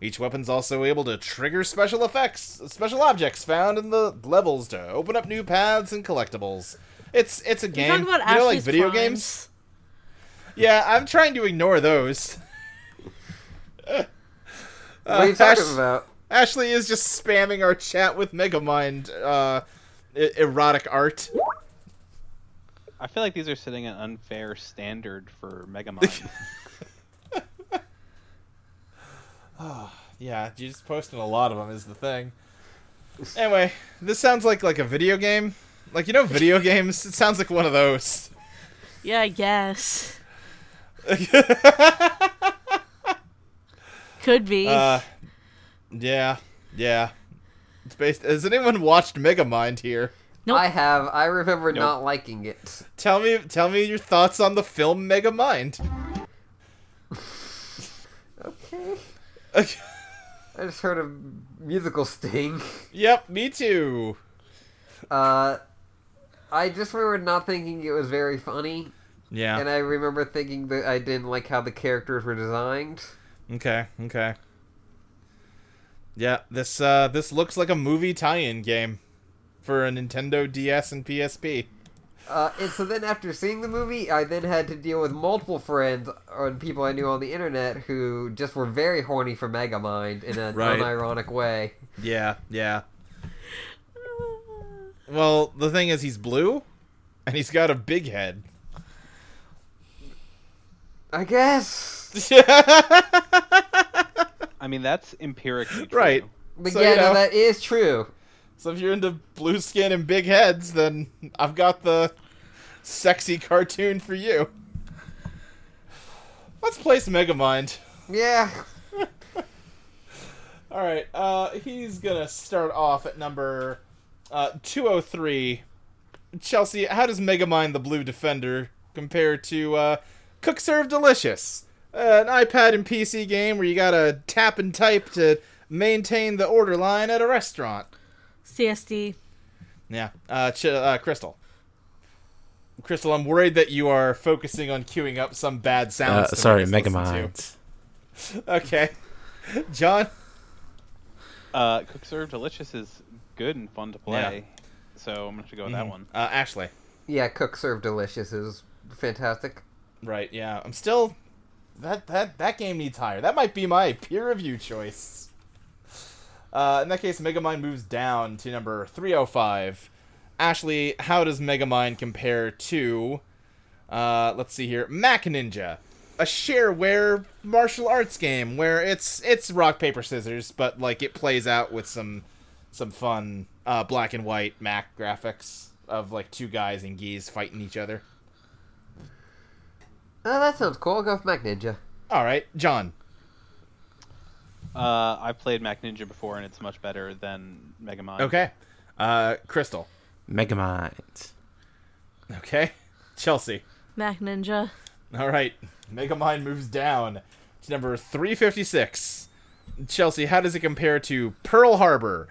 B: Each weapon's also able to trigger special effects, special objects found in the levels to open up new paths and collectibles. It's it's a
C: You're
B: game.
C: talking about
B: you know, like
C: Ashley's
B: video
C: crimes.
B: games. Yeah, I'm trying to ignore those. Uh,
F: What are you talking
B: Ash-
F: about?
B: Ashley is just spamming our chat with Megamind uh, e- erotic art.
E: I feel like these are setting an unfair standard for Megamind.
B: Yeah, you're just posting a lot of them is the thing. Anyway, this sounds like like a video game. Like you know, video games. It sounds like one of those.
C: Yeah, I guess. Could be.
B: Uh, yeah, yeah. It's based. Has anyone watched Megamind here?
C: Nope.
F: I have. I remember not liking it.
B: Tell me, tell me your thoughts on the film Megamind.
F: Okay.
B: Okay.
F: I just heard a musical sting.
B: yep, me too.
F: Uh, I just remember not thinking it was very funny,
B: Yeah.
F: and I remember thinking that I didn't like how the characters were designed.
B: Okay, okay. Yeah, this uh this looks like a movie tie-in game for a Nintendo DS and PSP.
F: Uh, and so then after seeing the movie, I then had to deal with multiple friends and people I knew on the internet who just were very horny for Megamind in an
B: Right.
F: unironic way.
B: Yeah, yeah. Well, the thing is he's blue and he's got a big head.
F: I guess.
E: I mean, that's empirically true.
B: right.
F: But
B: So,
F: yeah,
B: you know.
F: no, that is true.
B: So if you're into blue skin and big heads, then I've got the sexy cartoon for you. Let's play some Megamind.
F: Yeah.
B: All right, uh, he's gonna start off at number uh, two hundred three. Chelsea, how does Megamind the Blue Defender compare to uh, Cook Serve Delicious, uh, an iPad and PC game where you gotta tap and type to maintain the order line at a restaurant?
C: CSD.
B: Yeah, uh, Ch- uh, Crystal. Crystal, I'm worried that you are focusing on queuing up some bad
D: Uh,
B: sounds. to make
D: sorry,
B: us listen to.
D: Megamind.
B: Okay, John.
E: Uh, Cook Serve Delicious is good and fun to play, so I'm gonna have to go with that one.
B: Uh, Ashley.
F: Yeah, Cook Serve Delicious is fantastic.
B: Right. Yeah. I'm still. That that that game needs higher. That might be my peer review choice. Uh, in that case, Megamind moves down to number 305. Ashley, how does Megamind compare to, uh, let's see here, Mac Ninja, a shareware martial arts game where it's it's rock paper scissors, but like it plays out with some some fun uh, black and white Mac graphics of like two guys in geese fighting each other.
F: Oh, that sounds cool. I'll go with Mac Ninja.
B: All right, John.
E: Uh, I've played Mac Ninja before, and it's much better than Megamind.
B: Okay. Uh, Crystal.
D: Megamind.
B: Okay. Chelsea.
C: Mac Ninja.
B: All right. Megamind moves down to number 356. Chelsea, how does it compare to Pearl Harbor?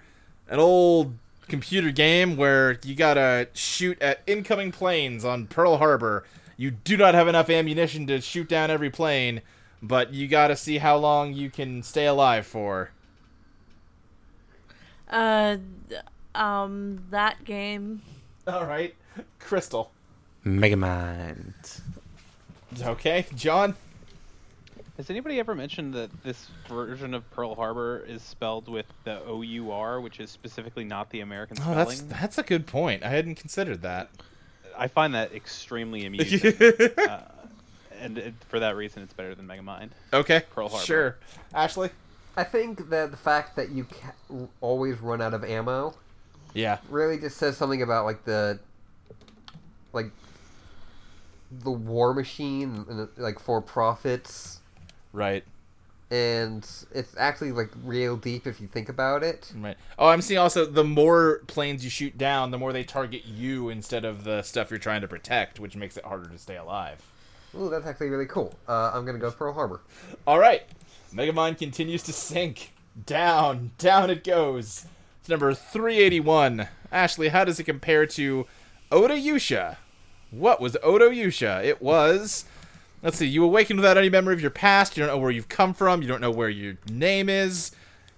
B: An old computer game where you gotta shoot at incoming planes on Pearl Harbor. You do not have enough ammunition to shoot down every plane, but you gotta see how long you can stay alive for.
C: Uh, um, that game.
B: All right. Crystal.
D: Megamind.
B: Okay. John.
E: Has anybody ever mentioned that this version of Pearl Harbor is spelled with the O U R, which is specifically not the American
B: Oh,
E: spelling?
B: that's that's a good point. I hadn't considered that.
E: I find that extremely amusing, and it, for that reason, it's better than Megamind.
B: Okay.
E: Pearl Harbor.
B: Sure. Ashley?
F: I think that the fact that you ca- always run out of ammo
B: Yeah.
F: really just says something about like the like the war machine and the- like for profits
B: Right.
F: and it's actually like real deep if you think about it
B: Right. Oh, I'm seeing also the more planes you shoot down, the more they target you instead of the stuff you're trying to protect, which makes it harder to stay alive.
F: Ooh, that's actually really cool uh, i'm gonna go with pearl harbor
B: All right. Megamind continues to sink. Down, down it goes. It's number 381. Ashley, how does it compare to Oda Yusha? What was Oda Yusha? It was. Let's see, you awaken without any memory of your past. You don't know where you've come from. You don't know where your name is.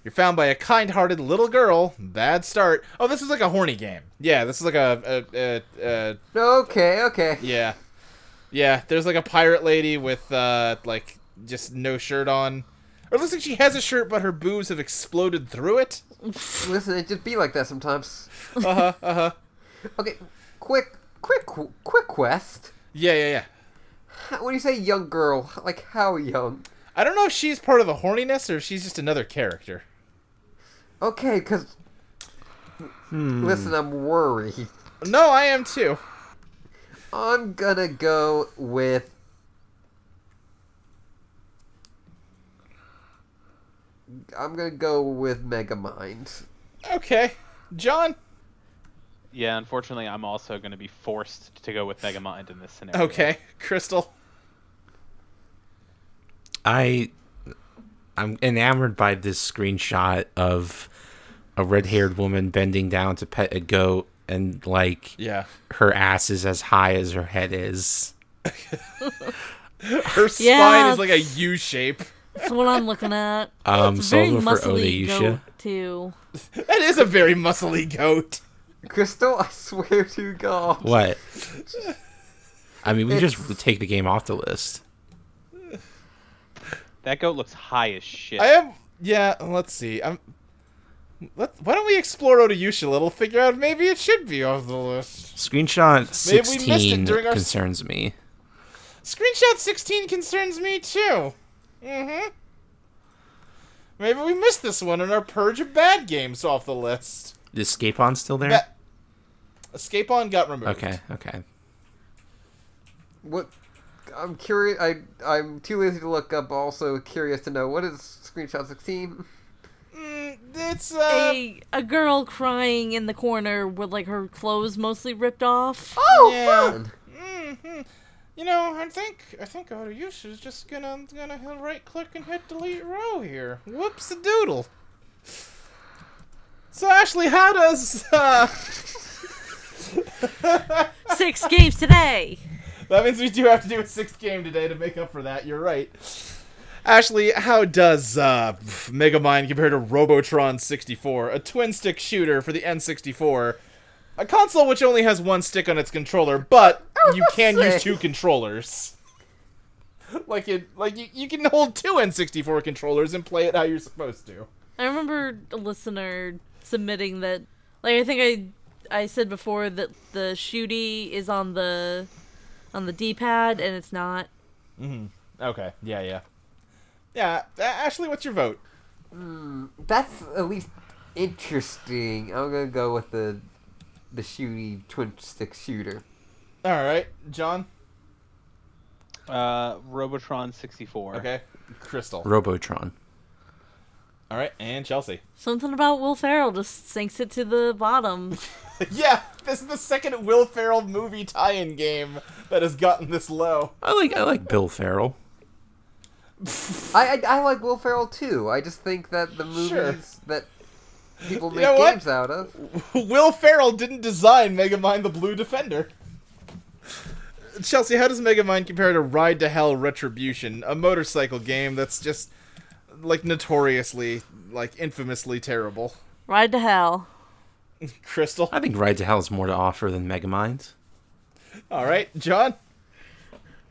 B: You're found by a kind hearted little girl. Bad start. Oh, this is like a horny game. Yeah, this is like a. a, a, a
F: okay okay
B: yeah. Yeah, there's like a pirate lady with uh like just no shirt on. Or it looks like she has a shirt but her boobs have exploded through it.
F: listen it just be like that sometimes
B: Uh-huh. Uh-huh.
F: okay quick quick quick quest
B: Yeah, yeah, yeah.
F: when you say young girl like how young
B: I don't know if she's part of the horniness or if she's just another character.
F: okay because listen i'm worried
B: No, I am too.
F: I'm gonna go with. I'm gonna go with Megamind.
B: Okay. John.
E: Yeah, unfortunately, I'm also going to be forced to go with Megamind in this scenario.
B: Okay. Crystal.
D: I I'm enamored by this screenshot of a red-haired woman bending down to pet a goat and like
B: Yeah.
D: her ass is as high as her head is.
B: Her spine
C: Yeah,
B: is like a U shape.
C: That's what I'm looking at.
D: Um
C: It's
D: so
C: very
D: I'll go for Oda
C: muscly
D: Yusha.
C: goat, too.
B: That is a very muscly goat.
F: Crystal, I swear to God.
D: What? I mean, we just take the game off the list.
E: That goat looks high as shit.
B: I am yeah, let's see. I'm let, why don't we explore Oda Yusha a little? Figure out maybe it should be off the list.
D: Screenshot
B: Maybe we missed it
D: 16
B: during our-
D: concerns me.
B: Screenshot 16 concerns me too. Mm-hmm. Maybe we missed this one in our purge of bad games off the list.
D: Is Escape on still there?
B: Ba- Escape on got removed.
D: Eh. Okay, okay.
F: What? I'm curious. I I'm too lazy to look up. Also curious to know what is screenshot 16.
B: Mm, it's uh.
C: a a girl crying in the corner with like her clothes mostly ripped off.
F: Oh,
B: Yeah.
F: fun!
B: hmm You know, I think I think Oda Yusha is just gonna gonna right click and hit delete row here. Whoops a doodle. So Ashley, how does uh,
C: Six games today.
B: That means we do have to do a sixth game today to make up for that. You're right. Ashley, how does uh, pff, Megamind compare to Robotron 64, a twin stick shooter for the N64, a console which only has one stick on its controller, but you can use
F: sick.
B: two controllers. like it, like you, you can hold two N64 controllers and play it how you're supposed to.
C: I remember a listener submitting that. Like I think I I said before that the shooty is on the on the D-pad and it's not.
B: Okay, yeah, yeah, yeah. A- Ashley, what's your vote?
F: That's at least interesting. I'm gonna go with the the shooty twin stick shooter.
B: All right, John.
E: Uh, Robotron 64.
B: Okay, Crystal.
D: Robotron.
B: All right, and Chelsea.
C: Something about Will Ferrell just sinks it to the bottom.
B: Yeah, this is the second Will Ferrell movie tie-in game that has gotten this low.
D: I like I like Bill Farrell.
F: I, I I like Will Ferrell too. I just think that the movies
B: Sure.
F: that people make
B: know what?
F: games out of.
B: Will Ferrell didn't design Megamind the Blue Defender. Chelsea, how does Megamind compare to Ride to Hell Retribution, a motorcycle game that's just like notoriously, like infamously terrible?
C: Ride to hell.
B: Crystal.
D: I think Ride to Hell has more to offer than Megamind.
B: All right, John.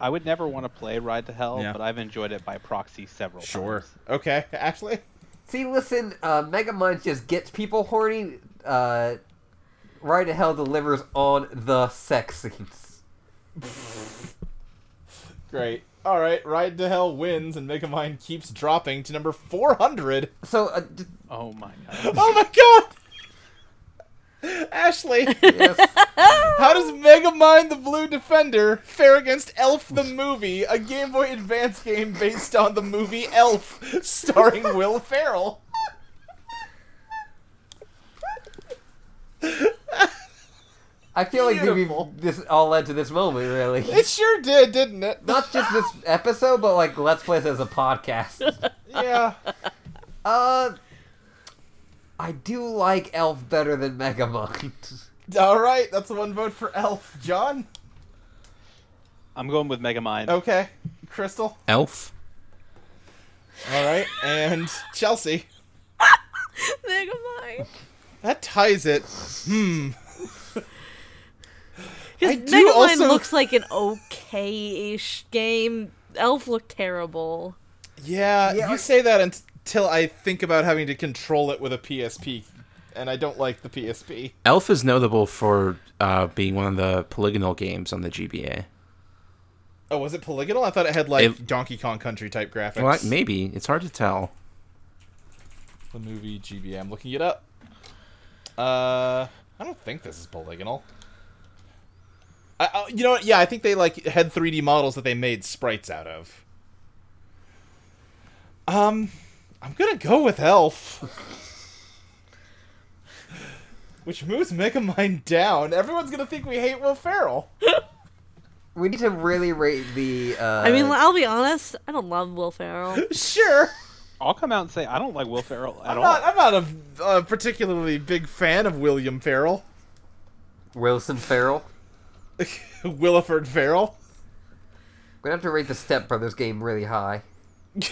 E: I would never want to play Ride to Hell,
B: Yeah.
E: but I've enjoyed it by proxy several times.
B: Okay, Ashley.
F: See, listen, uh, Mega Mind just gets people horny. Uh, right to Hell delivers on the sex scenes.
B: Great. All right, Ride to Hell wins, and Megamind keeps dropping to number four hundred.
F: So, uh, d-
E: Oh my god.
B: Oh my god! Ashley,
F: yes,
B: how does Megamind the Blue Defender fare against Elf the Movie, a Game Boy Advance game based on the movie Elf, starring Will Ferrell?
F: I feel like we
B: Beautiful.
F: this all led to this moment, really.
B: It sure did, didn't it?
F: Not just this episode, but like Let's Play this as a podcast.
B: Yeah.
F: Uh, I do like Elf better than Mega Mind.
B: All right, that's one vote for Elf. John?
E: I'm going with Megamind.
B: Okay. Crystal?
D: Elf.
B: All right. And Chelsea?
C: Nigga mine.
B: That ties it. Hmm. I
C: Because
B: do
C: Megamind
B: also-
C: looks like an okay-ish game. Elf looked terrible.
B: Yeah,
F: Yeah,
B: you
F: like-
B: say that until I think about having to control it with a PSP, and I don't like the PSP.
D: Elf is notable for uh, being one of the polygonal games on the GBA.
B: Oh, was it polygonal? I thought it had like
D: It-
B: Donkey Kong Country type graphics.
D: Well, maybe it's hard to tell.
B: The movie GBA. I'm looking it up. Uh, I don't think this is polygonal. I, I, you know what? Yeah, I think they like had 3D models that they made sprites out of. Um, I'm gonna go with Elf. Which moves Megamind down. Everyone's gonna think we hate Will Ferrell.
F: We need to really rate the. Uh,
C: I mean, I'll be honest. I don't love Will Ferrell.
B: Sure.
E: I'll come out and say I don't like Will Ferrell at
B: I'm
E: all.
B: not, I'm not a, a particularly big fan of William Ferrell.
F: Wilson Ferrell.
B: Williford Ferrell.
F: We'd have to rate the Step Brothers game really high.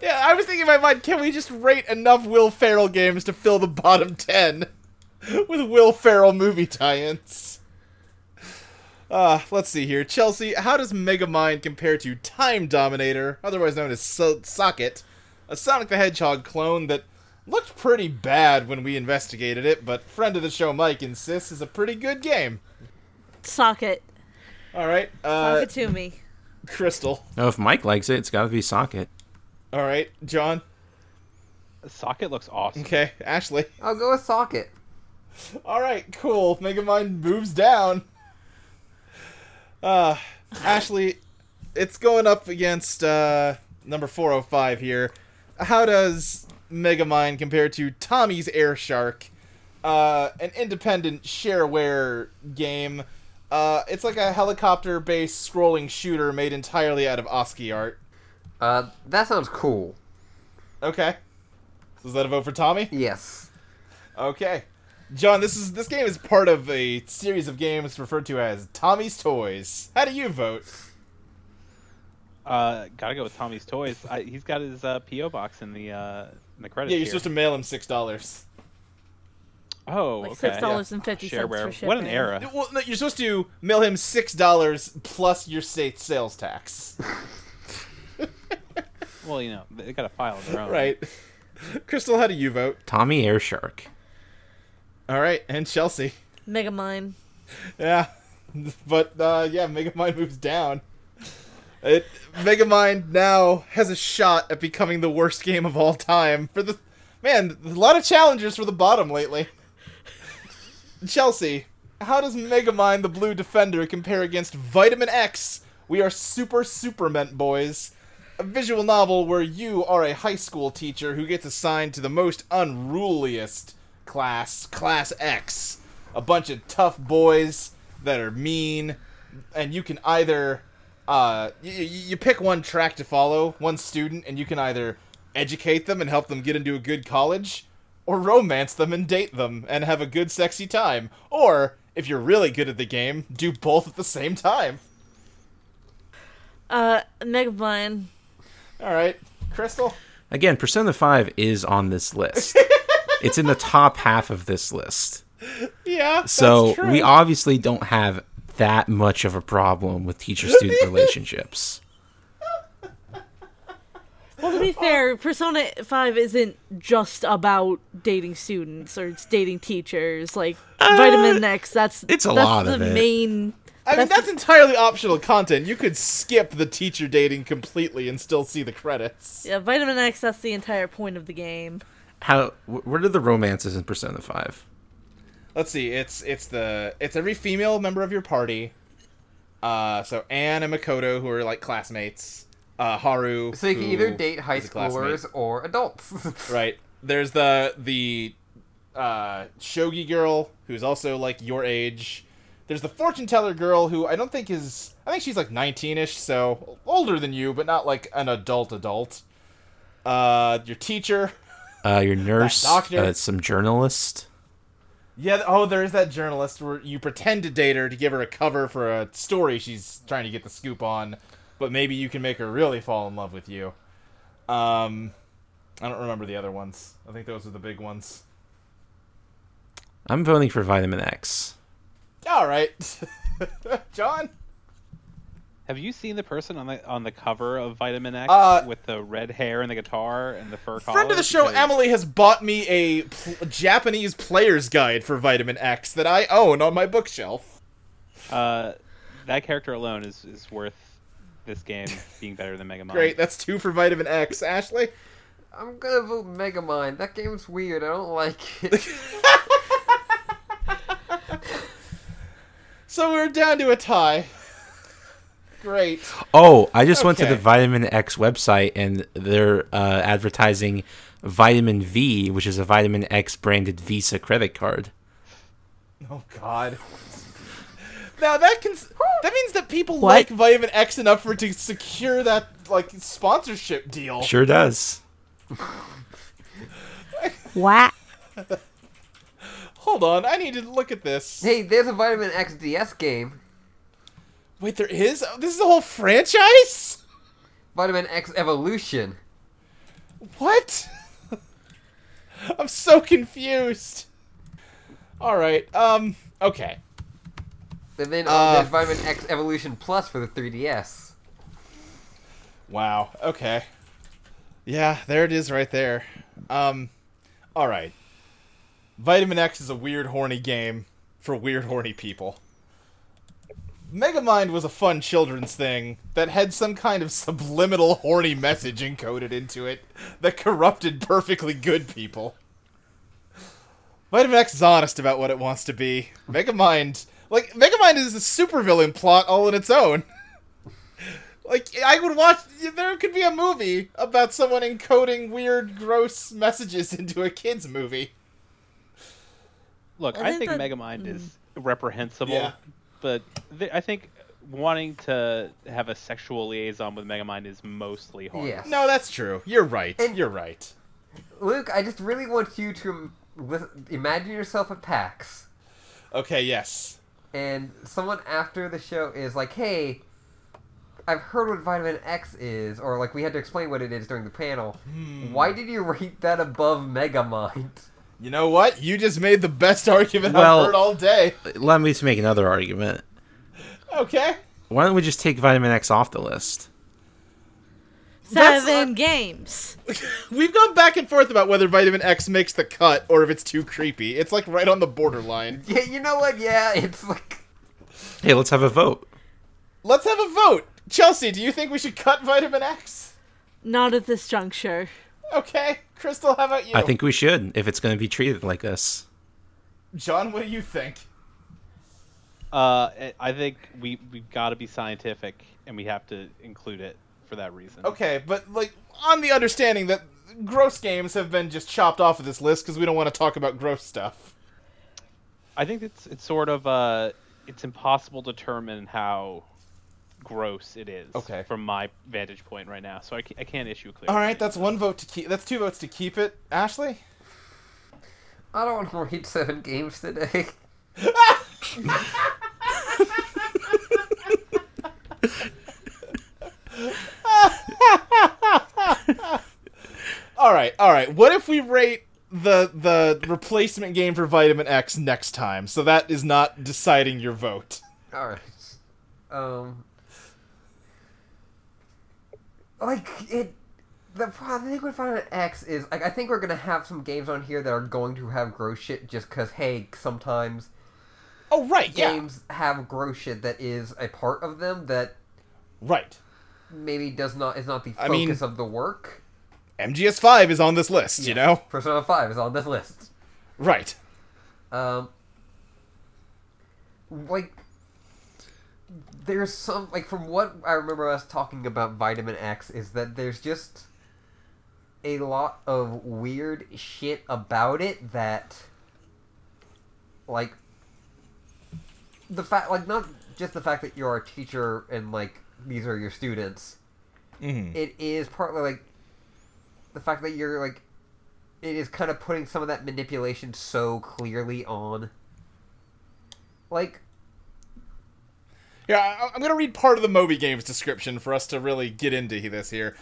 B: Yeah, I was thinking in my mind, can we just rate enough Will Ferrell games to fill the bottom 10 with Will Ferrell movie tie-ins? Uh, let's see here. Chelsea, how does Megamind compare to Time Dominator, otherwise known as so- Socket, a Sonic the Hedgehog clone that looked pretty bad when we investigated it, but friend of the show Mike insists is a pretty good game.
C: Socket.
B: All right,
C: Sock
B: uh,
C: it to me.
B: Crystal.
D: No, if Mike likes it, it's got to be Socket.
B: All right, John.
E: Socket looks awesome.
B: Okay, Ashley.
F: I'll go with Socket.
B: All right, cool. Megamind moves down. Uh, Ashley, it's going up against uh, number 405 here. How does Megamind compare to Tommy's Air Shark, uh, an independent shareware game? Uh, it's like a helicopter based scrolling shooter made entirely out of OSCII art.
F: Uh, that sounds cool.
B: Okay. So is that a vote for Tommy?
F: Yes.
B: Okay. John, this is this game is part of a series of games referred to as Tommy's Toys. How do you vote?
E: Uh, gotta go with Tommy's Toys. I, he's got his uh, PO box in the uh, in the credits.
B: Yeah, you're
E: here.
B: supposed to mail him six dollars.
E: Oh,
C: Like
E: okay.
C: six dollars and fifty cents
E: Shareware.
C: for shipping.
E: What an era.
B: Well, no, you're supposed to mail him six dollars plus your state sales tax.
E: Well, you know, they got a file of their own.
B: right. Crystal, how do you vote?
D: Tommy Airshark.
B: All right, and Chelsea.
C: Mega mine.
B: Yeah, but uh, yeah, Megamind moves down. It Megamind now has a shot at becoming the worst game of all time for the man. A lot of challengers for the bottom lately. Chelsea, how does Megamind the Blue Defender compare against Vitamin X? We are super superment boys. A visual novel where you are a high school teacher who gets assigned to the most unruliest class, Class X. A bunch of tough boys that are mean, and you can either. Uh, you, you pick one track to follow, one student, and you can either educate them and help them get into a good college, or romance them and date them and have a good, sexy time. Or, if you're really good at the game, do both at the same time.
C: Uh, Mega mine.
B: All right, Crystal.
D: Again, Persona 5 is on this list. it's in the top half of this list.
B: Yeah.
D: So
B: that's true.
D: we obviously don't have that much of a problem with teacher student relationships.
C: Well, to be fair, Persona 5 isn't just about dating students or it's dating teachers. Like, Vitamin X, that's,
D: it's a
C: that's
D: lot
C: the
D: of it.
C: main.
B: I mean,
C: that's-
B: that's entirely optional content. You could skip the teacher dating completely and still see the credits.
C: Yeah, uh, Vitamin X, that's the entire point of the game.
D: How wh- what are the romances in Persona 5?
B: Let's see. It's it's the it's every female member of your party. Uh, so Anne and Makoto, who are like classmates. Uh, Haru.
F: So you can
B: who
F: either date high
B: is a classmate.
F: schoolers or adults.
B: Right. There's the the uh, shogi girl who's also like your age. There's the fortune teller girl who I don't think is I think she's like 19ish, so older than you, but not like an adult adult. Uh, your teacher.
D: Uh, your nurse,
B: doctor.
D: uh, some journalist.
B: Yeah. th- Oh, there is that journalist where you pretend to date her to give her a cover for a story she's trying to get the scoop on, but maybe you can make her really fall in love with you. Um, I don't remember the other ones. I think those are the big ones.
D: I'm voting for Vitamin X.
B: All right, John.
E: Have you seen the person on the on the cover of Vitamin X
B: Uh,
E: with the red hair and the guitar and the fur collar?
B: Friend of the show,
E: Because
B: Emily has bought me a pl- Japanese player's guide for Vitamin X that I own on my bookshelf.
E: Uh, that character alone is, is worth this game being better than Mega Mind.
B: Great, that's two for Vitamin X. Ashley,
F: I'm gonna vote Megamind. That game's weird. I don't like it.
B: so we're down to a tie. Great.
D: Oh, I just went to the
B: Okay.
D: Vitamin X website and they're uh, advertising Vitamin V, which is a Vitamin X branded Visa credit card.
B: Oh God. Now that can that means that people like
C: What?
B: Vitamin X enough for to secure that like sponsorship deal.
D: Sure does.
C: Wow.
B: Hold on, I need to look at this.
F: hey, there's a Vitamin X DS game.
B: Wait, there is. Oh, This is a whole franchise.
F: Vitamin X Evolution.
B: What? I'm so confused. All right. Um. Okay.
F: And then um,
B: Uh,
F: there's Vitamin X Evolution Plus for the 3DS.
B: Wow. Okay. Yeah, there it is, right there. Um. All right. Vitamin X is a weird, horny game for weird, horny people. Megamind was a fun children's thing that had some kind of subliminal, horny message encoded into it that corrupted perfectly good people. Vitamin X is honest about what it wants to be. Megamind, like Megamind, is a supervillain plot all on its own. like I would watch. There could be a movie about someone encoding weird, gross messages into a kids' movie.
E: Look,
C: I
E: I,
C: think
E: think mm.
C: that-
E: Megamind is reprehensible,
B: Yeah.
E: but th- I think wanting to have a sexual liaison with Megamind is mostly hard.
F: Yes.
B: Oh, No, that's true. You're right. You're right.
F: Luke, I just really want you to im- lis- imagine yourself at PAX,
B: Okay. Yes.
F: and someone after the show is like, "Hey, I've heard what vitamin X is, or like we had to explain what it is during the panel.
B: Hmm.
F: Why did you rate that above Megamind?
B: You know what? You just made the best argument
D: Well-
B: I've heard all day.
D: Let me just make another argument.
B: Okay.
D: Why don't we just take vitamin X off the list?
B: That's-
C: Seven games.
B: We've gone back and forth about whether vitamin X makes the cut or if it's too creepy. It's like right on the borderline.
F: Yeah, you know what? Yeah, it's like
D: Hey, let's have a vote.
B: Let's have a vote. Chelsea, do you think we should cut vitamin X?
C: Not at this juncture.
B: Okay. Crystal, how about you?
D: I think we should if it's going to be treated like this.
B: John, what do you think?
E: Uh, I- I think we we've got to be scientific, and we have to include it for that reason.
B: Okay, but like on the understanding that gross games have been just chopped off of this list because we don't want to talk about gross stuff.
E: I think it's it's sort of uh, it's impossible to determine how gross it is.
B: Okay.
E: From my vantage point right now, so I, ca- I can't issue a clear.
B: All right, that's one vote to keep. That's two votes to keep it. Ashley,
F: I don't want to rate seven games today.
B: All right, all right. What if we rate the the replacement game for Vitamin X next time? So that is not deciding your vote.
F: All right. Um. Like it. The problem I think with Final X is like I think we're gonna have some games on here that are going to have gross shit just because hey sometimes
B: Oh right,
F: games have gross shit that is a part of them that
B: right.
F: maybe does not is not the
B: I
F: focus
B: mean-
F: of the work.
B: MGS Five is on this list, you know.
F: Persona Five is on this list.
B: Right.
F: Um, like there's some like from what I remember us talking about vitamin X is that there's just a lot of weird shit about it that like the fact like not just the fact that you're a teacher and like these are your students it is partly like the fact that you're like it is kind of putting some of that manipulation so clearly on like
B: Yeah, I- I'm going to read part of the Moby Games description for us to really get into he- this here.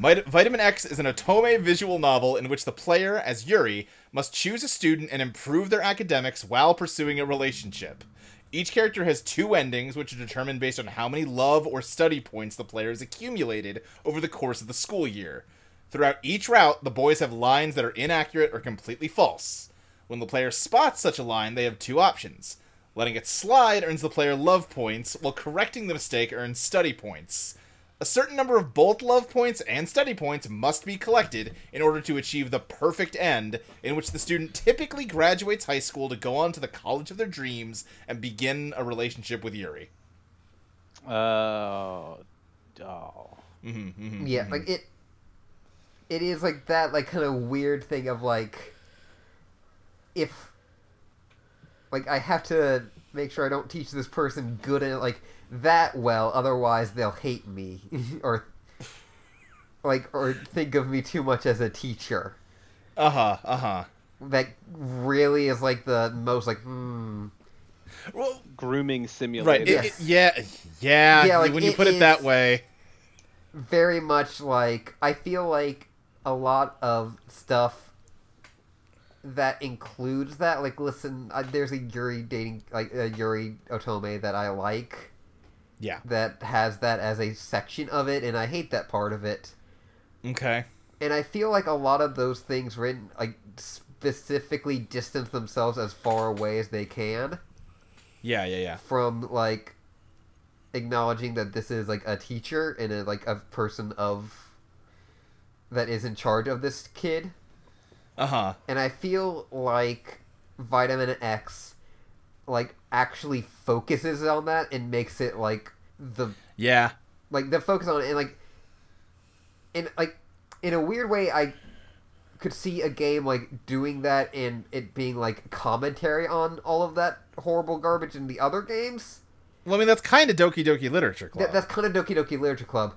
B: Mit- Vitamin X is an Otome visual novel in which the player, as Yuri, must choose a student and improve their academics while pursuing a relationship. Each character has two endings, which are determined based on how many love or study points the player has accumulated over the course of the school year. Throughout each route, the boys have lines that are inaccurate or completely false. When the player spots such a line, they have two options. Letting it slide earns the player love points, while correcting the mistake earns study points. A certain number of both love points and study points must be collected in order to achieve the perfect end, in which the student typically graduates high school to go on to the college of their dreams and begin a relationship with Yuri.
E: Oh, doll.
F: yeah like it it is like that like kind of weird thing of like if like i have to make sure i don't teach this person good and like that well otherwise they'll hate me or like or think of me too much as a teacher
B: Uh huh, uh huh.
F: that really is like the most like hmm
B: Well,
E: Grooming simulator.
B: right. it-
F: Yes.
B: it- yeah, yeah,
F: Yeah, like,
B: When you
F: it
B: put it that
F: is-
B: way.
F: very much like I feel like a lot of stuff that includes that. Like, listen, uh, there's a Yuri dating like a Yuri Otome that I like
B: Yeah.
F: that has that as a section of it, and I hate that part of it.
B: Okay.
F: And I feel like a lot of those things written like specifically distance themselves as far away as they can
B: Yeah, yeah, yeah.
F: from like acknowledging that this is like a teacher and a, like a person of that is in charge of this kid
B: Uh huh.
F: and i feel like vitamin x like actually focuses on that and makes it like the
B: Yeah.
F: like the focus on it and like in like in a weird way i could see a game like doing that and it being like commentary on all of that horrible garbage in the other games
B: Well, I mean, that's kind of Doki Doki Literature Club.
F: That, that's kind of Doki Doki Literature Club.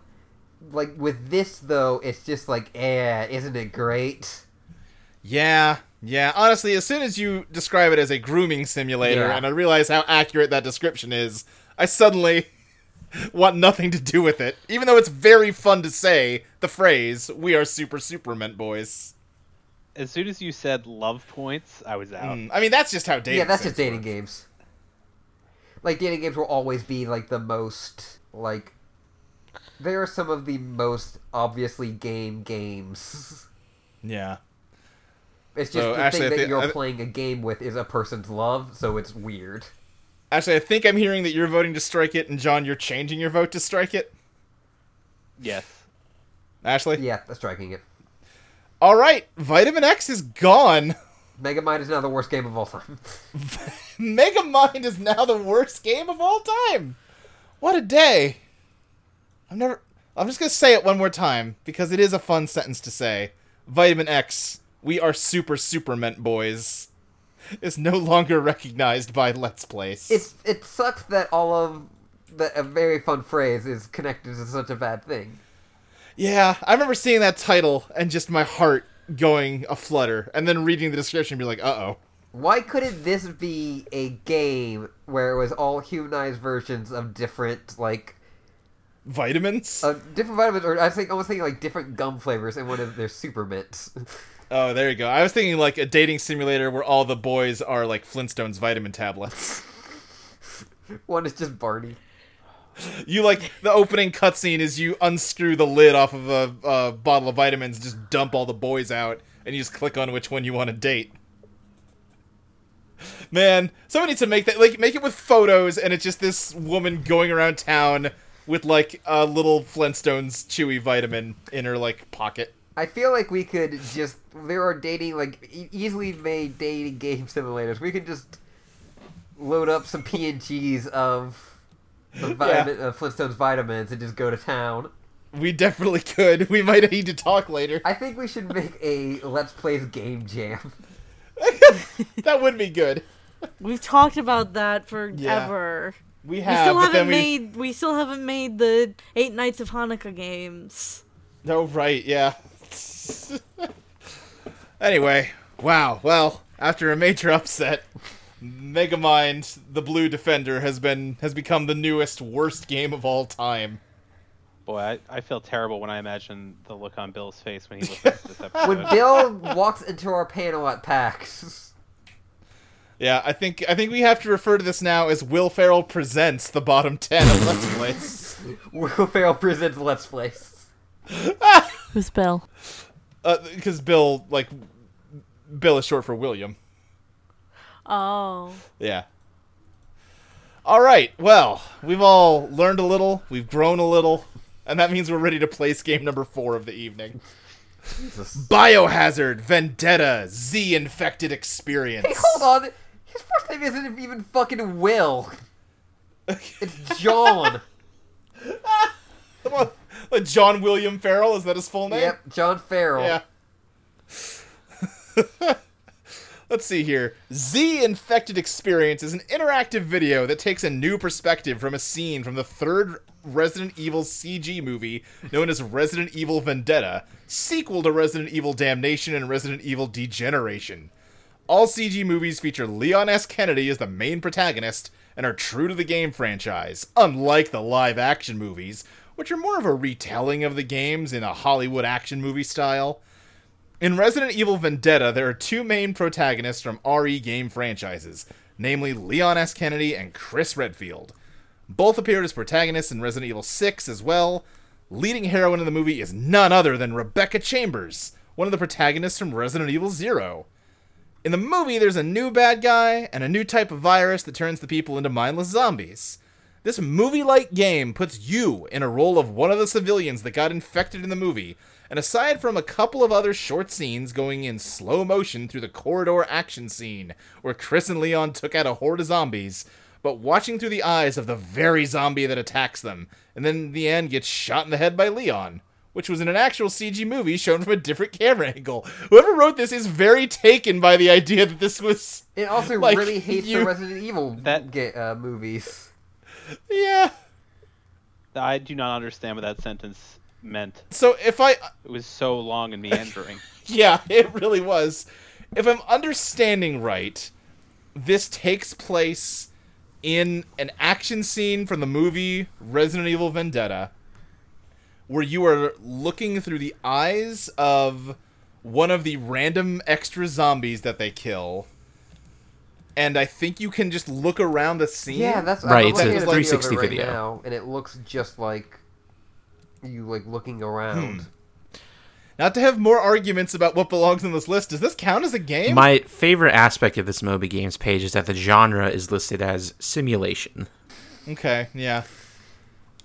F: Like with this though, it's just like, eh, isn't it great?
B: Yeah, yeah. Honestly, as soon as you describe it as a grooming simulator,
F: Yeah.
B: and I realize how accurate that description is, I suddenly want nothing to do with it, even though it's very fun to say the phrase "We are super super mint boys."
E: As soon as you said love points, I was out.
B: Hmm. I mean, that's just how dating.
F: yeah, that's
B: sims
F: just dating
B: work.
F: games. Like dating games will always be like the most like there are some of the most obviously game games.
B: Yeah.
F: It's just
B: So,
F: the
B: Oh, actually, I
F: thing that
B: thi-
F: you're
B: I thi-
F: playing a game with is a person's love, so it's weird.
B: Actually, I think I'm hearing that you're voting to strike it, and John, you're changing your vote to strike it.
E: Yes.
B: Ashley.
F: Yeah, that's striking it.
B: All right, Vitamin X is gone.
F: Megamind is now the worst game of all time.
B: Mega Mind is now the worst game of all time. What a day. I'm never I'm just going to say it one more time because it is a fun sentence to say. Vitamin X, we are super super mint boys is no longer recognized by Let's Plays.
F: it's it sucks that all of that a very fun phrase is connected to such a bad thing.
B: yeah, I remember seeing that title and just my heart going aflutter and then reading the description and be like, "Uh-oh."
F: Why couldn't this be a game where it was all humanized versions of different like
B: Vitamins?
F: of different vitamins, or I was thinking, almost thinking like different gum flavors and one of their super mints.
B: oh, there you go. I was thinking like a dating simulator where all the boys are like Flintstones vitamin tablets.
F: one is just Barney.
B: You like the opening cutscene is you unscrew the lid off of a, a bottle of vitamins, just dump all the boys out, and you just click on which one you want to date. Man, someone needs to make that like make it with photos, and it's just this woman going around town with like a little Flintstones chewy vitamin in her like pocket.
F: I feel like we could just there are dating like e- easily made dating game simulators. We could just load up some PNGs of the vitamin, uh, Flintstones vitamins and just go to town.
B: We definitely could. We might need to talk later.
F: I think we should make a Let's Plays game jam.
B: That would be good.
C: We've talked about that forever.
B: We
C: We
B: have.
C: still
B: but then
C: haven't
B: we...
C: made we still haven't made the Eight Nights of Hanukkah games.
B: Oh right, yeah. anyway, wow. Well, after a major upset, Megamind, the Blue Defender, has been has become the newest worst game of all time.
E: Boy, I, I feel terrible when I imagine the look on Bill's face when he listens to this episode.
F: When Bill walks into our panel at PAX,
B: Yeah, I think I think we have to refer to this now as Will Ferrell presents the bottom ten of Let's Plays.
F: Will Ferrell presents Let's Plays.
C: Who's Bill?
B: Because Uh, Bill, like, Bill is short for William.
C: Oh,
B: Yeah. All right. Well, we've all learned a little, we've grown a little, and that means we're ready to place game number four of the evening. Biohazard Vendetta Z Infected Experience.
F: Hey, hold on. His first name isn't even fucking Will. It's John.
B: Come on. Uh, John William Farrell is that his full name?
F: yep, John Farrell.
B: Yeah. Let's see here. Z Infected Experience is an interactive video that takes a new perspective from a scene from the third Resident Evil CG movie known as Resident Evil Vendetta, sequel to Resident Evil Damnation and Resident Evil Degeneration. All CG movies feature Leon S. Kennedy as the main protagonist and are true to the game franchise, unlike the live action movies, which are more of a retelling of the games in a Hollywood action movie style. In Resident Evil Vendetta, there are two main protagonists from RE game franchises, namely Leon S. Kennedy and Chris Redfield. Both appeared as protagonists in Resident Evil 6 as well. Leading heroine in the movie is none other than Rebecca Chambers, one of the protagonists from Resident Evil 0. In the movie, there's a new bad guy and a new type of virus that turns the people into mindless zombies. This movie like game puts you in a role of one of the civilians that got infected in the movie, and aside from a couple of other short scenes going in slow motion through the corridor action scene, where Chris and Leon took out a horde of zombies, but watching through the eyes of the very zombie that attacks them, and then in the end gets shot in the head by Leon, which was in an actual CG movie shown from a different camera angle. Whoever wrote this is very taken by the idea that this was.
F: It also
B: Like,
F: really hates
B: you-
F: the Resident Evil
E: That-
F: ga- uh, movies.
B: Yeah.
E: I do not understand what that sentence meant.
B: So if I.
E: It was so long and meandering.
B: Yeah, it really was. If I'm understanding right, this takes place in an action scene from the movie Resident Evil Vendetta where you are looking through the eyes of one of the random extra zombies that they kill. And I think you can just look around the scene.
F: Yeah, that's
D: Right,
F: I'm
D: it's a
F: looking at of it
D: 360
F: right
D: video.
F: now, and it looks just like you like looking around.
B: Hmm. Not to have more arguments about what belongs in this list. Does this count as a game?
D: My favorite aspect of this MOBA games page is that the genre is listed as simulation.
B: okay, yeah.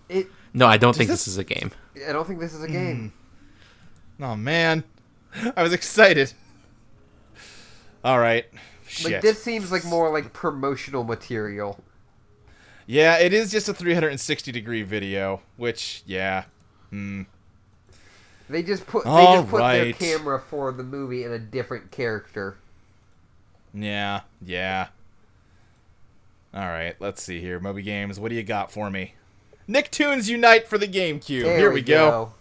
F: It.
D: No, I don't think
B: this-
D: this is a game.
F: I don't think this
B: Hmm.
F: is a game.
B: Oh man, I was excited. All right, shit.
F: Like this seems like more like promotional material.
B: Yeah, it is just a 360 degree video, which yeah,
F: They just put they
B: All
F: just put their
B: right.
F: camera for the movie in a different character.
B: yeah, yeah. All right, let's see here, Moby Games. What do you got for me? Nicktoons Unite for the GameCube.
F: There
B: Oh, here we go.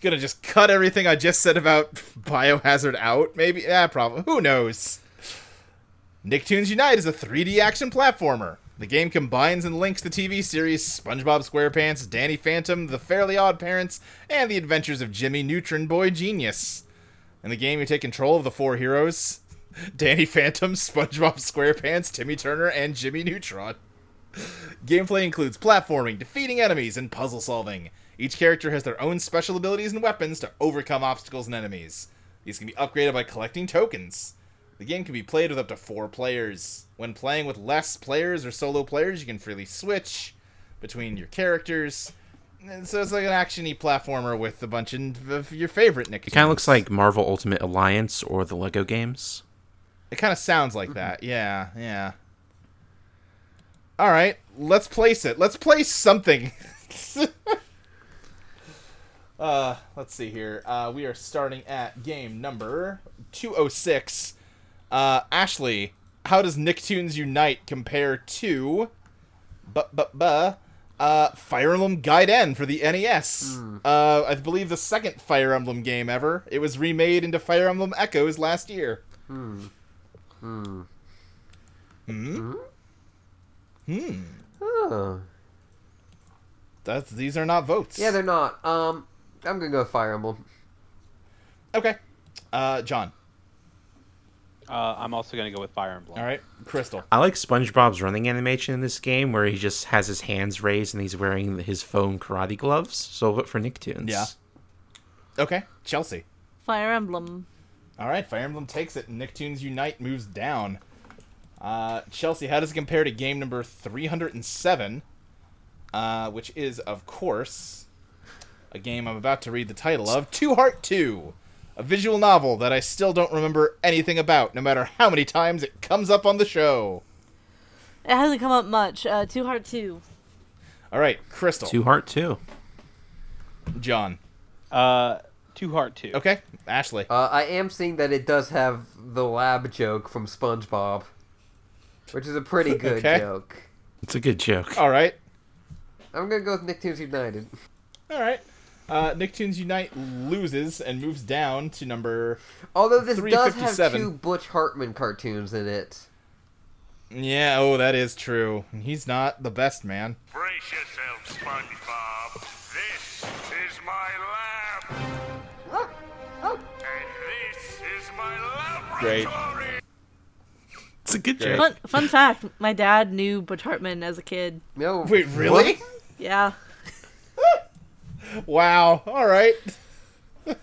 B: Gonna just cut everything I just said about Biohazard out, maybe? Yeah, probably. Who knows? Nicktoons Unite is a 3D action platformer. The game combines and links the TV series SpongeBob SquarePants, Danny Phantom, The Fairly Odd Parents, and the adventures of Jimmy Neutron Boy Genius. In the game, you take control of the four heroes Danny Phantom, SpongeBob SquarePants, Timmy Turner, and Jimmy Neutron. Gameplay includes platforming, defeating enemies, and puzzle solving. Each character has their own special abilities and weapons to overcome obstacles and enemies. These can be upgraded by collecting tokens. The game can be played with up to four players. When playing with less players or solo players, you can freely switch between your characters. And so it's like an actiony platformer with a bunch of of your favorite Nick.
D: It kind of looks like Marvel Ultimate Alliance or the Lego games.
B: It kind of sounds like that. Yeah, yeah. All right, let's place it. Let's place something. uh, let's see here. Uh, we are starting at game number 206. Uh, Ashley, how does Nicktoons Unite compare to bu- bu- bu- uh, Fire Emblem Gaiden for the NES? Uh, I believe the second Fire Emblem game ever. It was remade into Fire Emblem Echoes last year.
F: Oh.
B: That's these are not votes.
F: Yeah, they're not. Um, I'm gonna go with Fire Emblem.
B: okay. Uh, John.
E: Uh, I'm also gonna go with Fire Emblem.
B: All right, Crystal.
D: I like SpongeBob's running animation in this game where he just has his hands raised and he's wearing his foam karate gloves. So I'll vote for Nicktoons.
B: Yeah. Okay, Chelsea.
C: Fire Emblem.
B: All right, Fire Emblem takes it. and Nicktoons Unite moves down. Uh, Chelsea, how does it compare to game number three hundred and seven? Uh, which is, of course, a game I'm about to read the title of Two Heart Two, a visual novel that I still don't remember anything about, no matter how many times it comes up on the show.
C: It hasn't come up much. Uh, Two Heart Two.
B: All right, Crystal.
D: Two Heart Two.
B: John.
E: Uh, Two Heart Two.
B: Okay, Ashley.
F: Uh, I am seeing that it does have the lab joke from SpongeBob, which is a pretty good
B: Okay.
F: joke.
D: It's a good joke.
B: All right.
F: I'm gonna go with Nicktoons United.
B: All right. Uh, Nicktoons Unite loses and moves down to number.
F: Although this does have
B: 357.
F: two Butch Hartman cartoons in it.
B: Yeah, oh, that is true. He's not the best man.
H: Brace yourself, SpongeBob. This is my lab. And this is my
B: Great.
H: laboratory.
D: It's a good
B: Great.
D: joke.
C: Fun, fun fact: My dad knew Butch Hartman as a kid.
F: No,
B: Wait, really?
C: Yeah.
B: Wow. All right.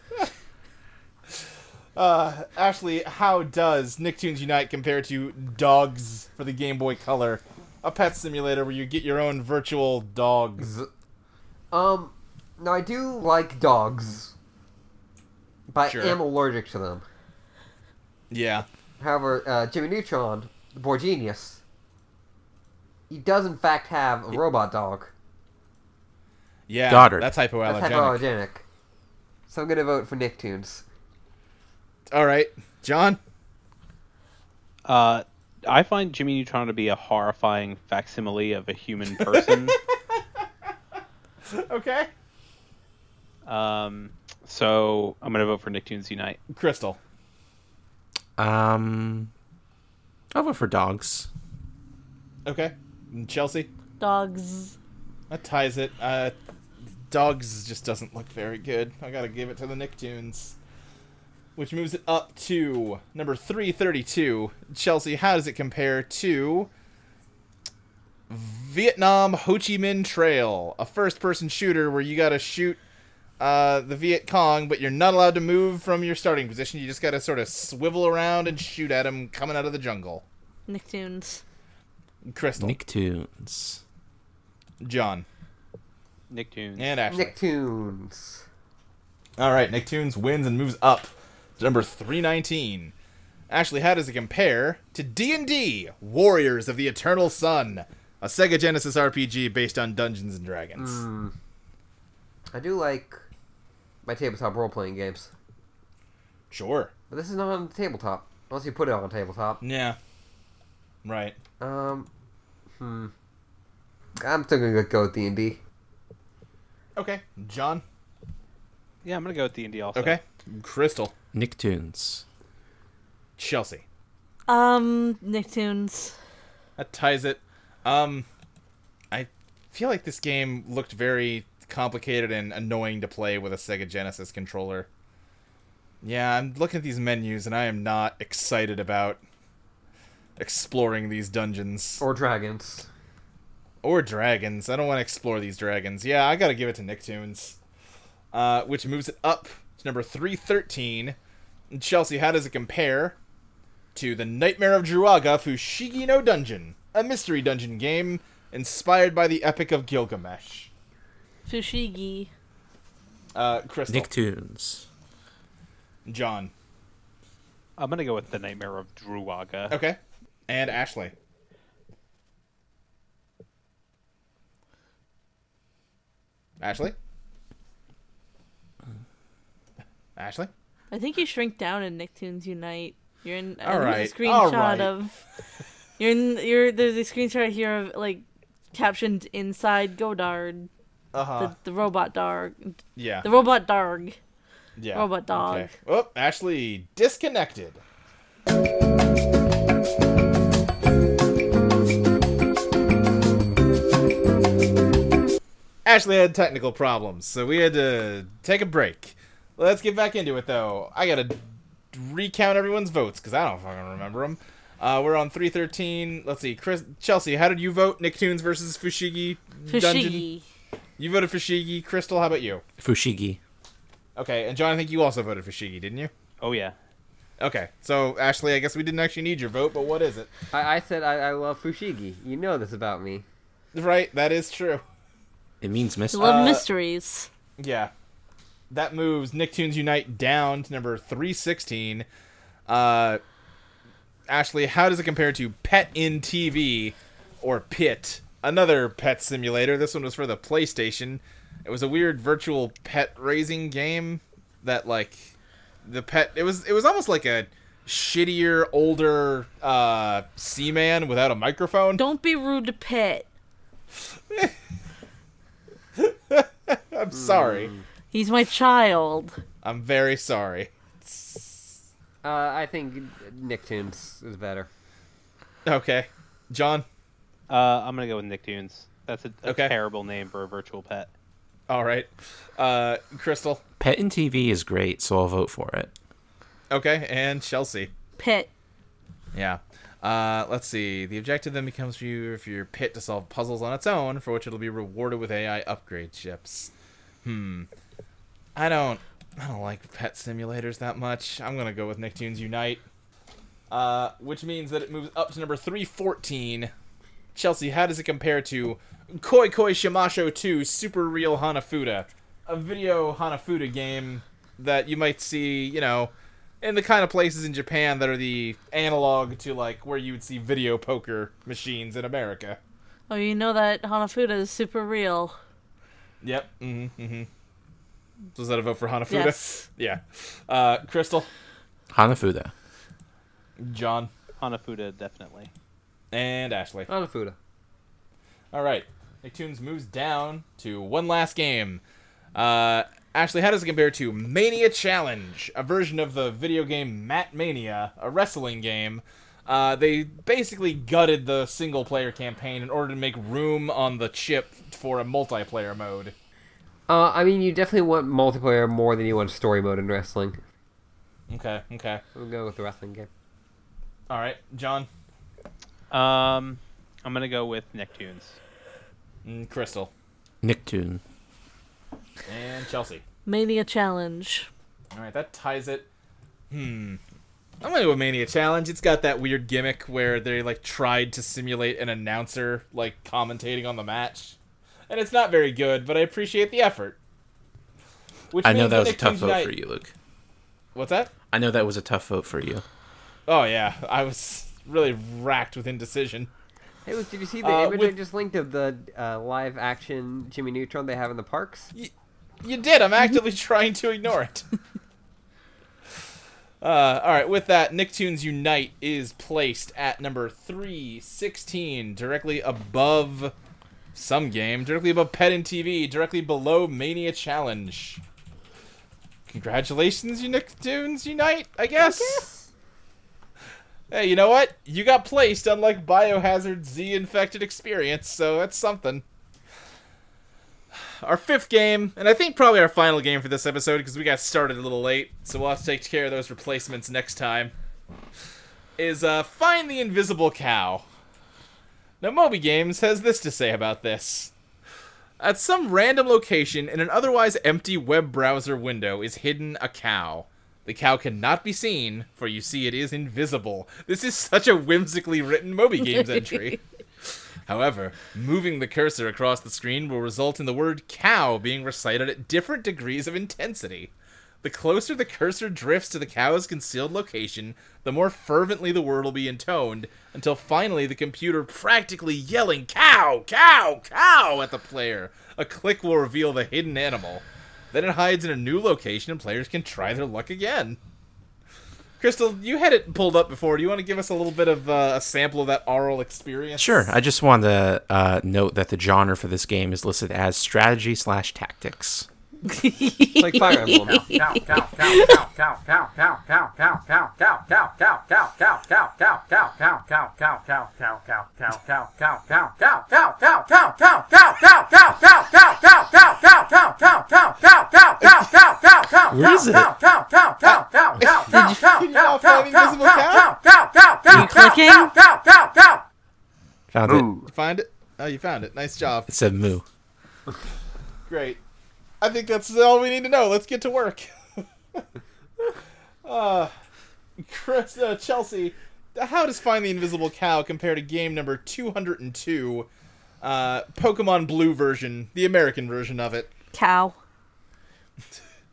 B: uh, Ashley, how does Nicktoons Unite compare to Dogs for the Game Boy Color, a pet simulator where you get your own virtual dogs?
F: Um, now I do like dogs, but
B: Sure.
F: I am allergic to them.
B: Yeah.
F: However, uh, Jimmy Neutron, the boy genius, he does in fact have a robot dog.
B: Yeah.
D: Goddard.
B: That's
F: That's
B: hypoallergenic.
F: hypoallergenic. So I'm gonna vote for Nicktoons.
B: All right, John.
E: Uh, I find Jimmy Neutron to be a horrifying facsimile of a human person.
B: Okay.
E: um, so I'm gonna vote for Nicktoons Unite.
B: Crystal.
D: Um, I'll vote for dogs.
B: Okay. Chelsea,
C: Dogs.
B: that ties it. Uh, Dogs just doesn't look very good. I gotta give it to the Nicktoons, which moves it up to number three thirty-two. Chelsea, how does it compare to Vietnam Ho Chi Minh Trail, a first-person shooter where you gotta shoot uh, the Viet Cong, but you're not allowed to move from your starting position. You just gotta sort of swivel around and shoot at them coming out of the jungle.
C: Nicktoons.
B: Crystal,
D: Nicktoons.
B: John,
E: Nicktoons.
B: and Ashley.
F: Nicktoons.
B: All right, Nicktoons wins and moves up to number 319. Ashley, how does it compare to D&D: Warriors of the Eternal Sun, a Sega Genesis RPG based on Dungeons and Dragons?
F: I do like my tabletop role playing games,
B: Sure.
F: but this is not on the tabletop unless you put it on tabletop.
B: Yeah. Right.
F: Um, hmm. I'm still gonna go with D and D.
B: Okay. John.
E: Yeah, I'm gonna go with D and D also.
B: Okay. Crystal.
D: Nicktoons.
B: Chelsea.
C: Um, Nicktoons.
B: That ties it. Um, I feel like this game looked very complicated and annoying to play with a Sega Genesis controller. Yeah, I'm looking at these menus and I am not excited about exploring these dungeons or,
F: Or dragons.
B: dragons. I don't want to explore these dragons. Yeah, I got to give it to Nicktoons, uh, which moves it up to number 313. And Chelsea, how does it compare to The Nightmare of Druaga Fushigi no Dungeon, a mystery dungeon game inspired by the Epic of Gilgamesh.
C: Fushigi.
B: Uh, Crystal,
D: Nicktoons.
B: John,
E: I'm gonna go with the Nightmare of Druaga.
B: okay, and Ashley. Ashley? Ashley?
C: I think you shrink down in Nicktoons Unite. You're in. I
B: All
C: think
B: right,
C: there's a
B: all
C: screenshot
B: right.
C: of. You're in. You're there's a screenshot here of like captioned inside Godard,
B: Uh huh.
C: the, the robot dog,
B: Yeah.
C: the robot dog.
B: yeah.
C: robot dog.
B: Okay. Oh, Ashley disconnected. Ashley had technical problems, so we had to take a break. Let's get back into it, though. I gotta recount everyone's votes because I don't fucking remember them. Uh, we're on three thirteen. Let's see, Chris, Chelsea, how did you vote? Nicktoons versus Fushigi Dungeon.
C: Fushigi.
B: You voted Fushigi. Crystal, how about you?
D: Fushigi.
B: Okay, and John, I think you also voted Fushigi, didn't you?
E: Oh yeah.
B: Okay, so Ashley, I guess we didn't actually need your vote, but what is it?
F: I, I said I, I love Fushigi. You know this about me.
B: Right, that is true.
D: It means
C: I
D: mystery.
C: love mysteries.
B: Yeah, that moves Nicktoons Unite down to number three sixteen. Uh, Ashley, how does it compare to Pet in TV or Pit? Another pet simulator. This one was for the PlayStation. It was a weird virtual pet raising game that like the pet. It was it was almost like a shittier, older uh, Seaman without a microphone.
C: Don't be rude to Pit.
B: I'm sorry.
C: He's my child.
B: I'm very sorry.
F: Uh, I think Nicktoons is better.
B: Okay. John.
E: Uh, I'm gonna go with Nicktoons. That's a, a
B: Okay.
E: terrible name for a virtual pet.
B: All right. Uh, Crystal.
D: Pet in TV is great, so I'll vote for it.
B: Okay. And Chelsea.
C: Pit.
B: Yeah. Uh, let's see. The objective then becomes for you if your pit to solve puzzles on its own, for which it'll be rewarded with AI upgrade chips. Hmm. I don't. I don't like pet simulators that much. I'm gonna go with Nicktoons Unite. Uh, which means that it moves up to number 314. Chelsea, how does it compare to Koi Koi Shimasho 2 Super Real Hanafuda? A video Hanafuda game that you might see, you know, in the kind of places in Japan that are the analog to like where you would see video poker machines in America.
C: Oh, you know that Hanafuda is super real.
B: Yep. Mm-hmm. Was that a vote for Hanafuda?
C: Yes.
B: Yeah. Uh, Crystal,
D: Hanafuda.
B: John,
E: Hanafuda definitely.
B: and Ashley.
F: Anafuda.
B: All right. Nicktoons moves down to one last game. Uh, Ashley, how does it compare to Mania Challenge, a version of the video game Mat Mania, a wrestling game Uh, they basically gutted the single player campaign in order to make room on the chip for a multiplayer mode.
F: Uh, I mean, you definitely want multiplayer more than you want story mode in wrestling.
B: Okay, okay.
F: We'll go with the wrestling game.
B: All right, John
E: Um, I'm gonna go with Nicktoons.
B: and Crystal
D: Nicktoon.
B: and Chelsea.
C: Mania challenge.
B: All right, that ties it. Hmm. I'm gonna go with Mania Challenge. It's got that weird gimmick where they like tried to simulate an announcer like commentating on the match, and it's not very good. But I appreciate the effort. Which
D: I know
B: means
D: that was a
B: Nicktoons
D: tough vote
B: Unite-
D: for you, Luke.
B: What's that?
D: I know that was a tough vote for you.
B: Oh yeah, I was really racked with indecision.
F: Hey, Luke, did you see the
B: Uh,
F: image I
B: with-
F: just linked of the uh, live action Jimmy Neutron they have in the parks?
B: You did. I'm actively trying to ignore it. Uh, all right, with that, Nicktoons Unite is placed at number 316, directly above some game, directly above Pet and TV, directly below Mania Challenge. Congratulations, you Nicktoons Unite, I guess. Hey, you know what? You got placed, unlike Biohazard Z Infected Experience, so that's something our fifth game, and I think probably our final game for this episode because we got started a little late, so we'll have to take care of those replacements next time. Is uh, find the invisible cow. Now, Moby Games has this to say about this. At some random location in an otherwise empty web browser window is hidden a cow. The cow cannot be seen, for you see it is invisible. This is such a whimsically written Moby Games entry. However, moving the cursor across the screen will result in the word cow being recited at different degrees of intensity. The closer the cursor drifts to the cow's concealed location, the more fervently the word will be intoned, until finally the computer practically yelling cow, cow, cow at the player. A click will reveal the hidden animal. Then it hides in a new location and players can try their luck again. Crystal, you had it pulled up before. Do you want to give us a little bit of uh, a sample of that oral experience?
D: Sure. I just wanted to uh, note that the genre for this game is listed as strategy slash tactics.
F: Like Fire Emblem.
D: Found it.
B: Find it? Oh, you found it. Nice job.
D: It said moo.
B: Great. I think that's all we need to know. Let's get to work. uh, Chris, uh, Chelsea, how does Find the Invisible Cow compare to game number 202, uh, Pokemon Blue version, the American version of it?
C: Cow.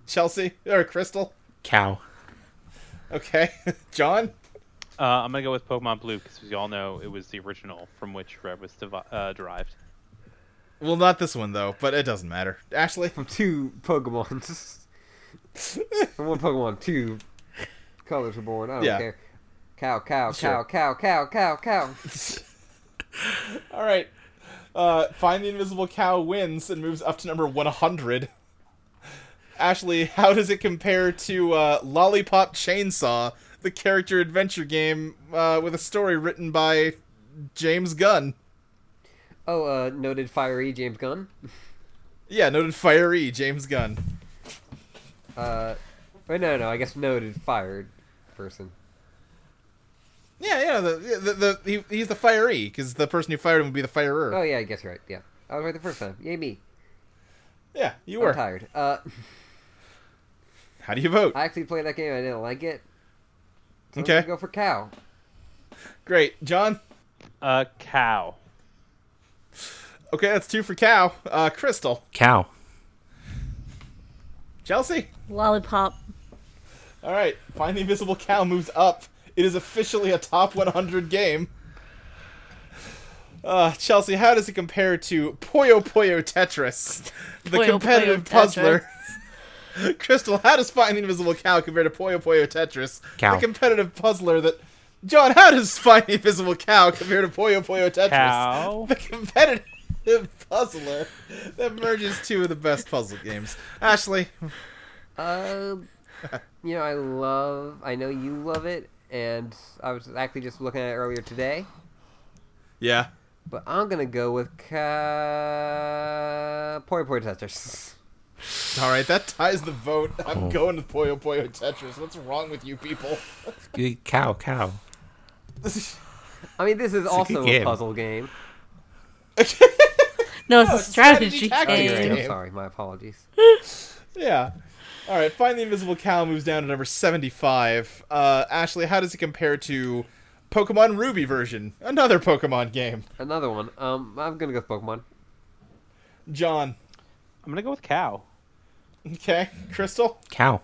B: Chelsea? Or Crystal?
D: Cow.
B: Okay. John?
E: Uh, I'm gonna go with Pokemon Blue because we all know it was the original from which Red was devi- uh, derived.
B: Well, not this one, though, but it doesn't matter. Ashley?
F: Two Pokemons. From one Pokemon, two colors were born. I don't
B: Yeah.
F: care. Cow, cow, cow,
B: Sure.
F: cow, cow, cow, cow.
B: All right. Uh, Find the Invisible Cow wins and moves up to number 100. Ashley, how does it compare to uh, Lollipop Chainsaw, the character adventure game uh, with a story written by James Gunn?
F: Oh, uh, noted fiery James Gunn.
B: Yeah, noted fiery James Gunn.
F: Uh, wait, no, no, I guess noted fired person.
B: Yeah, yeah, the, the, the, he, he's the firee, because the person who fired him would be the firer.
F: Oh yeah, I guess you're right. Yeah, I was right the first time. Yay me!
B: yeah, you
F: I'm
B: were.
F: tired. Uh,
B: How do you vote?
F: I actually played that game. I didn't like it. So I'm
B: Okay.
F: gonna go for cow.
B: Great. John?
E: Uh, cow.
B: Okay, that's two for Cow. Uh, Crystal?
D: Cow.
B: Chelsea?
C: Lollipop.
B: All right, Find the Invisible Cow moves up. It is officially a top 100 game. Uh, Chelsea, how does it compare to Puyo Puyo Tetris, the
C: Puyo
B: competitive
C: Puyo
B: puzzler? Crystal, how does Find the Invisible Cow compare to Puyo Puyo Tetris,
D: Cow.
B: the competitive puzzler that? John, how does Find the Invisible Cow compare to Puyo Puyo Tetris,
E: Cow.
B: the competitive puzzler that merges two of the best puzzle games? Ashley,
F: Um, Uh, you know, I love. I know you love it, and I was actually just looking at it earlier today.
B: Yeah.
F: But I'm gonna go with ca- Poi Poi Tetris.
B: All right, that ties the vote. I'm going with Puyo Puyo Tetris. What's wrong with you people?
D: Good Cow, cow.
F: I mean, this is
D: good
F: also a
D: game.
F: puzzle game.
C: No, it's
B: it's
C: a
B: a strategy
C: strategy
B: tactics
F: Oh, you're
C: game.
F: right. I'm
B: Game.
F: sorry. My apologies.
B: Yeah. All right, Find the Invisible Cow moves down to number 75. Uh, Ashley, how does it compare to Pokemon Ruby version? Another Pokemon game.
F: Another one. Um, I'm gonna go with Pokemon.
B: John,
E: I'm gonna go with cow.
B: okay. Crystal,
D: Cow.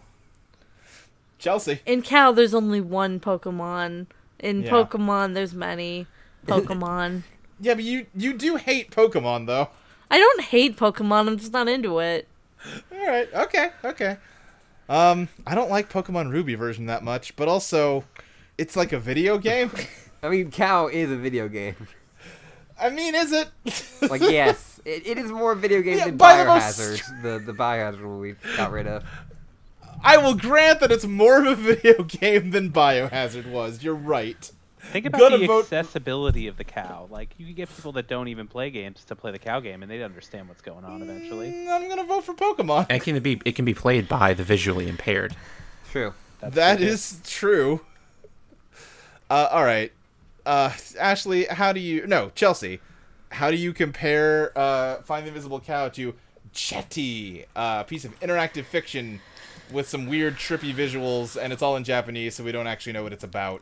B: Chelsea.
C: In Cal, there's only one Pokemon. In
B: Yeah.
C: Pokemon, there's many Pokemon.
B: Yeah, but you you do hate Pokemon though.
C: I don't hate Pokemon. I'm just not into it.
B: All right. Okay. Okay. Um, I don't like Pokemon Ruby version that much, but also, it's like a video game.
F: I mean, Cow is a video game.
B: I mean, is it?
F: Like, yes, it, it is more a video game
B: Yeah,
F: than
B: by the most
F: Biohazard. The the Biohazard one we got rid of.
B: I will grant that it's more of a video game than Biohazard was. You're right.
E: Think about
B: Gonna
E: the
B: vote-
E: accessibility of the cow. Like you can get people that don't even play games to play the cow game, and they'd understand what's going on eventually.
B: Mm, I'm gonna vote for Pokemon.
D: It can be it can be played by the visually impaired.
F: True.
B: That is true. Uh, all right, uh, Ashley, how do you? No, Chelsea, how do you compare uh, Find the Invisible Cow to Jetty, a piece of interactive fiction with some weird, trippy visuals, and it's all in Japanese, so we don't actually know what it's about.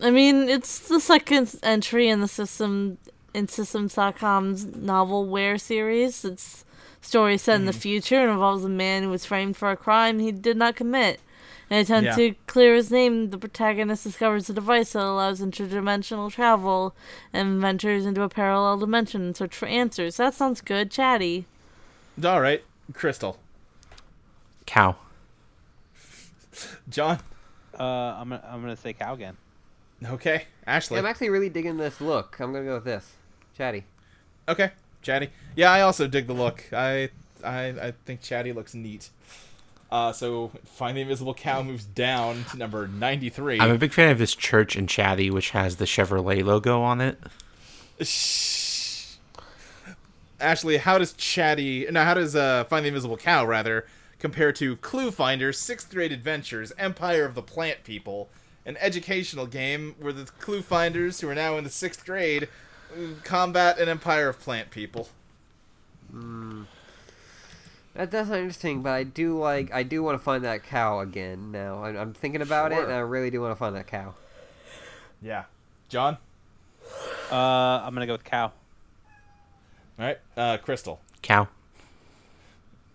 C: I mean, it's the second entry in the system in systems.com's novel Ware series. It's story set in the
B: Hmm.
C: future and involves a man who was framed for a crime he did not commit. In an attempt
B: Yeah.
C: to clear his name, the protagonist discovers a device that allows interdimensional travel and ventures into a parallel dimension in search for answers. That sounds good, chatty.
B: All right, Crystal,
D: Cow.
B: John,
E: Uh, I'm gonna, I'm gonna say cow again.
B: okay, Ashley,
F: I'm actually really digging this look. I'm gonna go with this. Chatty.
B: okay, Chatty. Yeah, I also dig the look. I I I think Chatty looks neat. Uh, so Find the Invisible Cow moves down to number ninety-three.
D: I'm a big fan of this church in Chatty, which has the Chevrolet logo on it.
B: Shh. Ashley, how does Chatty? No, how does uh, Find the Invisible Cow rather compare to Clue Finder, Sixth Grade Adventures, Empire of the Plant People, an educational game where the Clue Finders, who are now in the sixth grade, mm, combat an empire of plant people.
F: That does sound interesting, but I do like I do want to find that cow again now. I'm, I'm thinking about it,
B: Sure.
F: and I really do want to find that cow.
B: Yeah, John.
E: Uh, I'm gonna go with cow.
B: All right, uh, Crystal
D: Cow.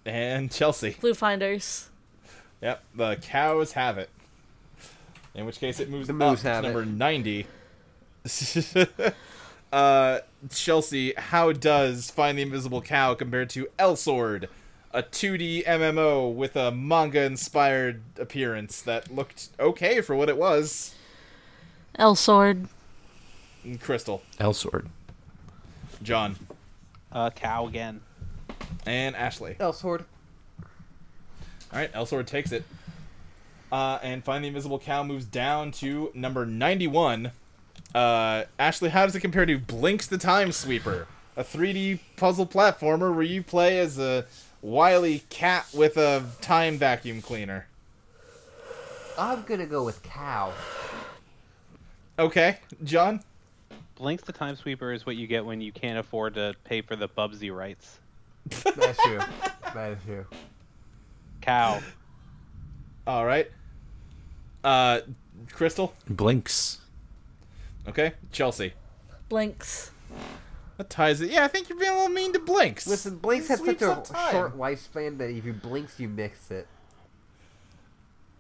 B: and Chelsea.
C: Clue finders.
B: Yep, the cows have it. In which case, it moves
F: The
B: up
F: moose
B: to
F: have it.
B: number ninety. uh, Chelsea, how does Find the Invisible Cow compare to El Sword, a 2D MMO with a manga-inspired appearance that looked okay for what it was?
C: El Sword.
B: And Crystal,
D: L sword.
B: John,
E: Uh, cow again.
B: and Ashley.
F: El sword.
B: All right, Elsword takes it. Uh, and finally, Invisible Cow moves down to number 91. Uh, Ashley, how does it compare to Blinks the Time Sweeper? A 3D puzzle platformer where you play as a wily cat with a time vacuum cleaner.
F: I'm gonna go with cow.
B: Okay, John?
E: Blinks the time sweeper is what you get when you can't afford to pay for the Bubsy rights.
F: That's true. that is true.
E: Cow.
B: All right. Uh, Crystal?
D: Blinks.
B: Okay, Chelsea.
C: Blinks.
B: That ties it. Yeah, I think you're being a little mean to Blinks.
F: Listen, Blinks had such
B: Sweeps
F: a
B: up time.
F: short lifespan that if you blinks, you mix it.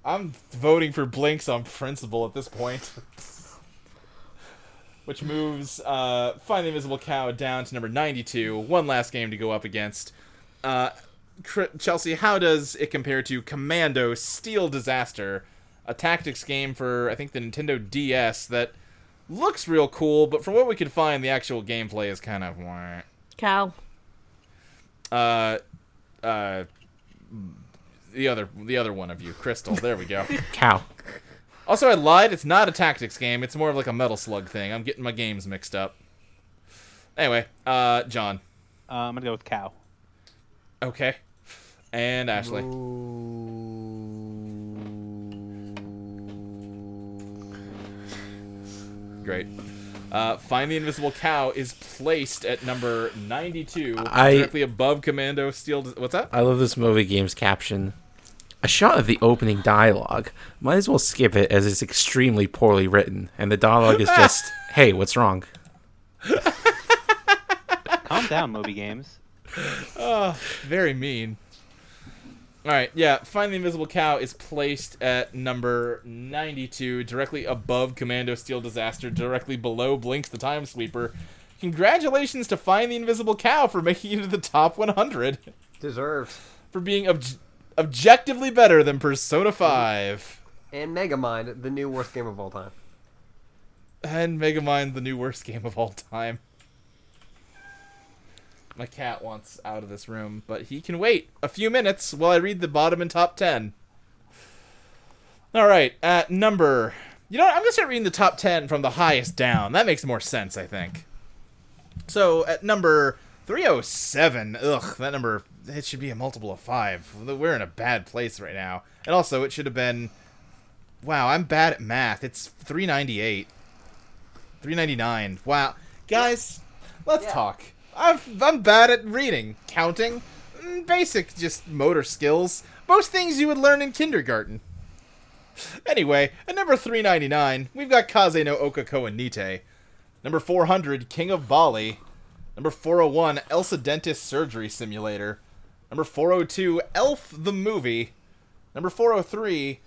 B: I'm voting for Blinks on principle at this point. Which moves uh, Find the Invisible Cow down to number 92. One last game to go up against. Uh, Cr- Chelsea, how does it compare to Commando Steel Disaster, a tactics game for, I think, the Nintendo DS that looks real cool, but from what we could find, the actual gameplay is kind of. wah.
C: Cow.
B: Uh, uh, the other the other one of you, Crystal. There we go.
D: Cow.
B: Also, I lied. It's not a tactics game. It's more of like a Metal Slug thing. I'm getting my games mixed up. Anyway, uh, John.
E: Uh, I'm gonna go with cow.
B: Okay. And Ashley. Great. Uh, Find the Invisible Cow is placed at number 92,
D: I-
B: directly above Commando Steel. What's that?
D: I love this movie game's caption. A shot of the opening dialogue. Might as well skip it as it's extremely poorly written, and the dialogue is just, "Hey, what's wrong?"
E: Calm down, Moby Games.
B: Very mean. All right, yeah. Find the Invisible Cow is placed at number 92, directly above Commando Steel Disaster, directly below Blinks the Time Sweeper. Congratulations to Find the Invisible Cow for making it to the top 100,
F: Deserved.
B: for being obj- objectively better than Persona 5.
F: And Megamind, the new worst game of all time.
B: And Megamind, the new worst game of all time. My cat wants out of this room, but he can wait a few minutes while I read the bottom and top 10. All right, at number. You know what? I'm going to start reading the top 10 from the highest down. That makes more sense, I think. So, at number 307, ugh, that number, it should be a multiple of 5. We're in a bad place right now. And also, it should have been. Wow, I'm bad at math. It's 398. 399. Wow. Guys, let's talk. I've, I'm bad at reading, counting, mm, basic just motor skills. Most things you would learn in kindergarten. Anyway, at number 399, we've got Kaze no Okako and Nite. Number 400, King of Bali. Number 401, Elsa Dentist Surgery Simulator. Number 402, Elf the Movie. Number 403,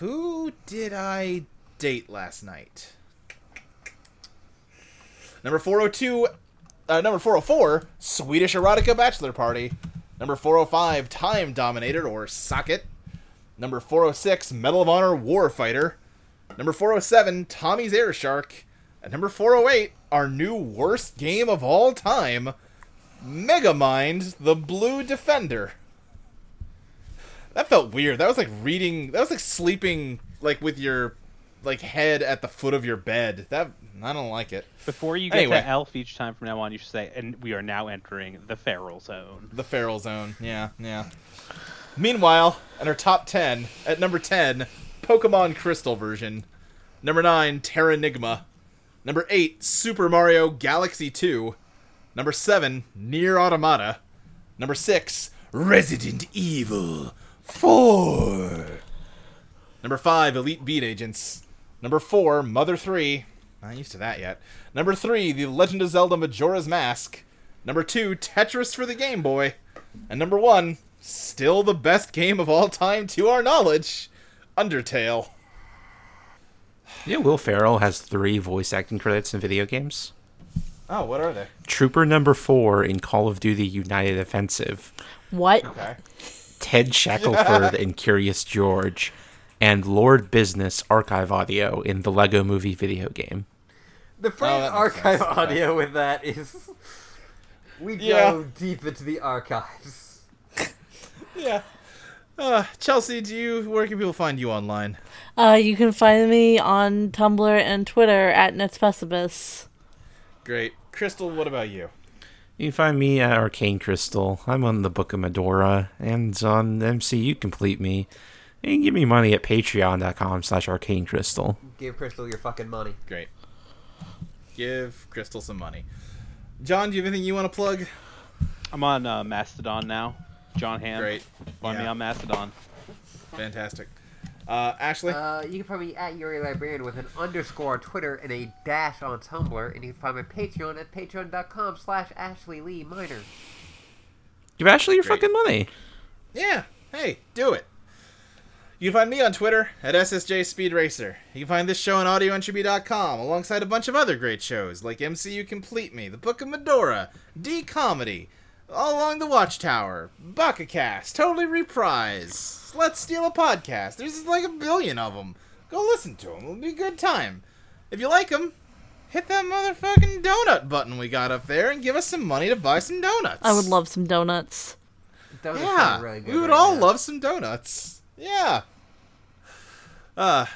B: Who Did I Date Last Night? Number 402, uh, number 404, Swedish Erotica Bachelor Party. Number 405, Time Dominator or Socket. Number 406, Medal of Honor Warfighter. Number 407, Tommy's Air Shark. And number 408, our new worst game of all time, Megamind the Blue Defender. That felt weird. That was like reading, that was like sleeping like with your like head at the foot of your bed. That I don't like it.
E: Before you get
B: Anyway.
E: to elf each time from now on, you should say, "And we are now entering the feral zone."
B: The feral zone. Yeah, yeah. Meanwhile, at our top 10, at number 10, Pokemon Crystal version. Number 9, Terranigma. Number 8, Super Mario Galaxy 2. Number 7, Near Automata. Number 6, Resident Evil 4. Number 5, Elite Beat Agents. Number 4, Mother 3. Not used to that yet. Number 3, The Legend of Zelda Majora's Mask. Number 2, Tetris for the Game Boy. And number 1, still the best game of all time to our knowledge, Undertale.
D: Yeah, Will Ferrell has three voice acting credits in video games.
B: Oh, what are they?
D: Trooper number four in Call of Duty United Offensive.
C: What?
B: Okay.
D: Ted Shackelford in Curious George, and Lord Business archive audio in the Lego Movie video game.
F: The
B: Oh,
F: phrase
B: that makes
F: archive
B: sense.
F: audio with that is. We
B: Yeah.
F: go deep into the archives.
B: Yeah. Uh, Chelsea, do you where can people find you online?
C: Uh, you can find me on Tumblr and Twitter at netspecibus.
B: Great. Crystal, what about you?
D: You can find me at Arcane Crystal. I'm on the Book of Medora and on MCU Complete Me. You can give me money at patreon.com slash arcane crystal.
F: Give Crystal your fucking money.
B: Great. Give Crystal some money. John, do you have anything you want to plug?
E: I'm on uh, Mastodon now. John Ham.
B: Great.
E: Find me
B: Yeah.
E: on Mastodon.
B: Fantastic. Uh, Ashley?
F: Uh, you can find me at Yuri Librarian with an underscore on Twitter and a dash on Tumblr, and you can find my Patreon at patreon.com slash Ashley Lee Minor.
D: Give Ashley your
B: Great.
D: fucking money.
B: Yeah. Hey, do it. You can find me on Twitter at SSJ Speed Racer. You can find this show on audioentropy.com alongside a bunch of other great shows like MCU Complete Me, The Book of Medora, D Comedy, All Along the Watchtower, Buckacast, Totally Reprise, Let's Steal a Podcast. There's like a billion of them. Go listen to them. It'll be a good time. If you like them, hit that motherfucking donut button we got up there and give us some money to buy some donuts.
C: I would love some donuts.
F: Donuts
B: Yeah,
F: are really good
B: we would
F: right
B: all
F: now.
B: love some donuts. Yeah. Uh,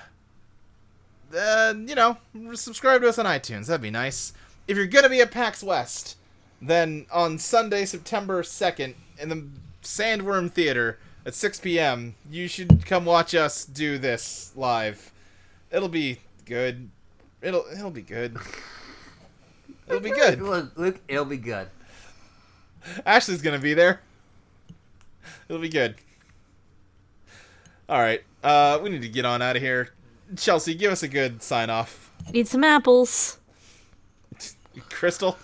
B: then you know, subscribe to us on iTunes. That'd be nice. If you're gonna be at PAX West, then on Sunday, September second, in the Sandworm Theater at 6 p.m., you should come watch us do this live. It'll be good. It'll it'll be good. It'll be good.
F: Look, Luke, it'll be good.
B: Ashley's gonna be there. It'll be good. All right, uh, we need to get on out of here. Chelsea, give us a good sign off.
C: Eat some apples.
B: Crystal,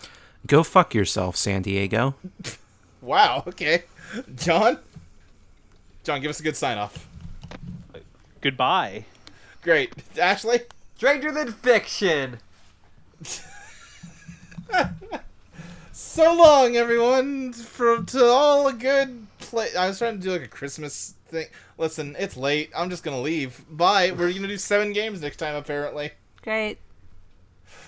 D: Go fuck yourself, San Diego.
B: wow, okay. John, John, give us a good sign off.
E: Goodbye.
B: Great, Ashley.
F: Stranger than fiction.
B: So long, everyone, from to all a good play. I was trying to do like a Christmas thing. Listen, it's late. I'm just gonna leave. Bye. We're gonna do seven games next time, apparently.
C: Great.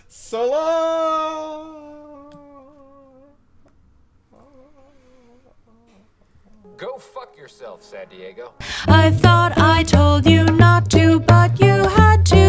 B: So long.
I: Go fuck yourself, San Diego.
A: I thought I told you not to, but you had to.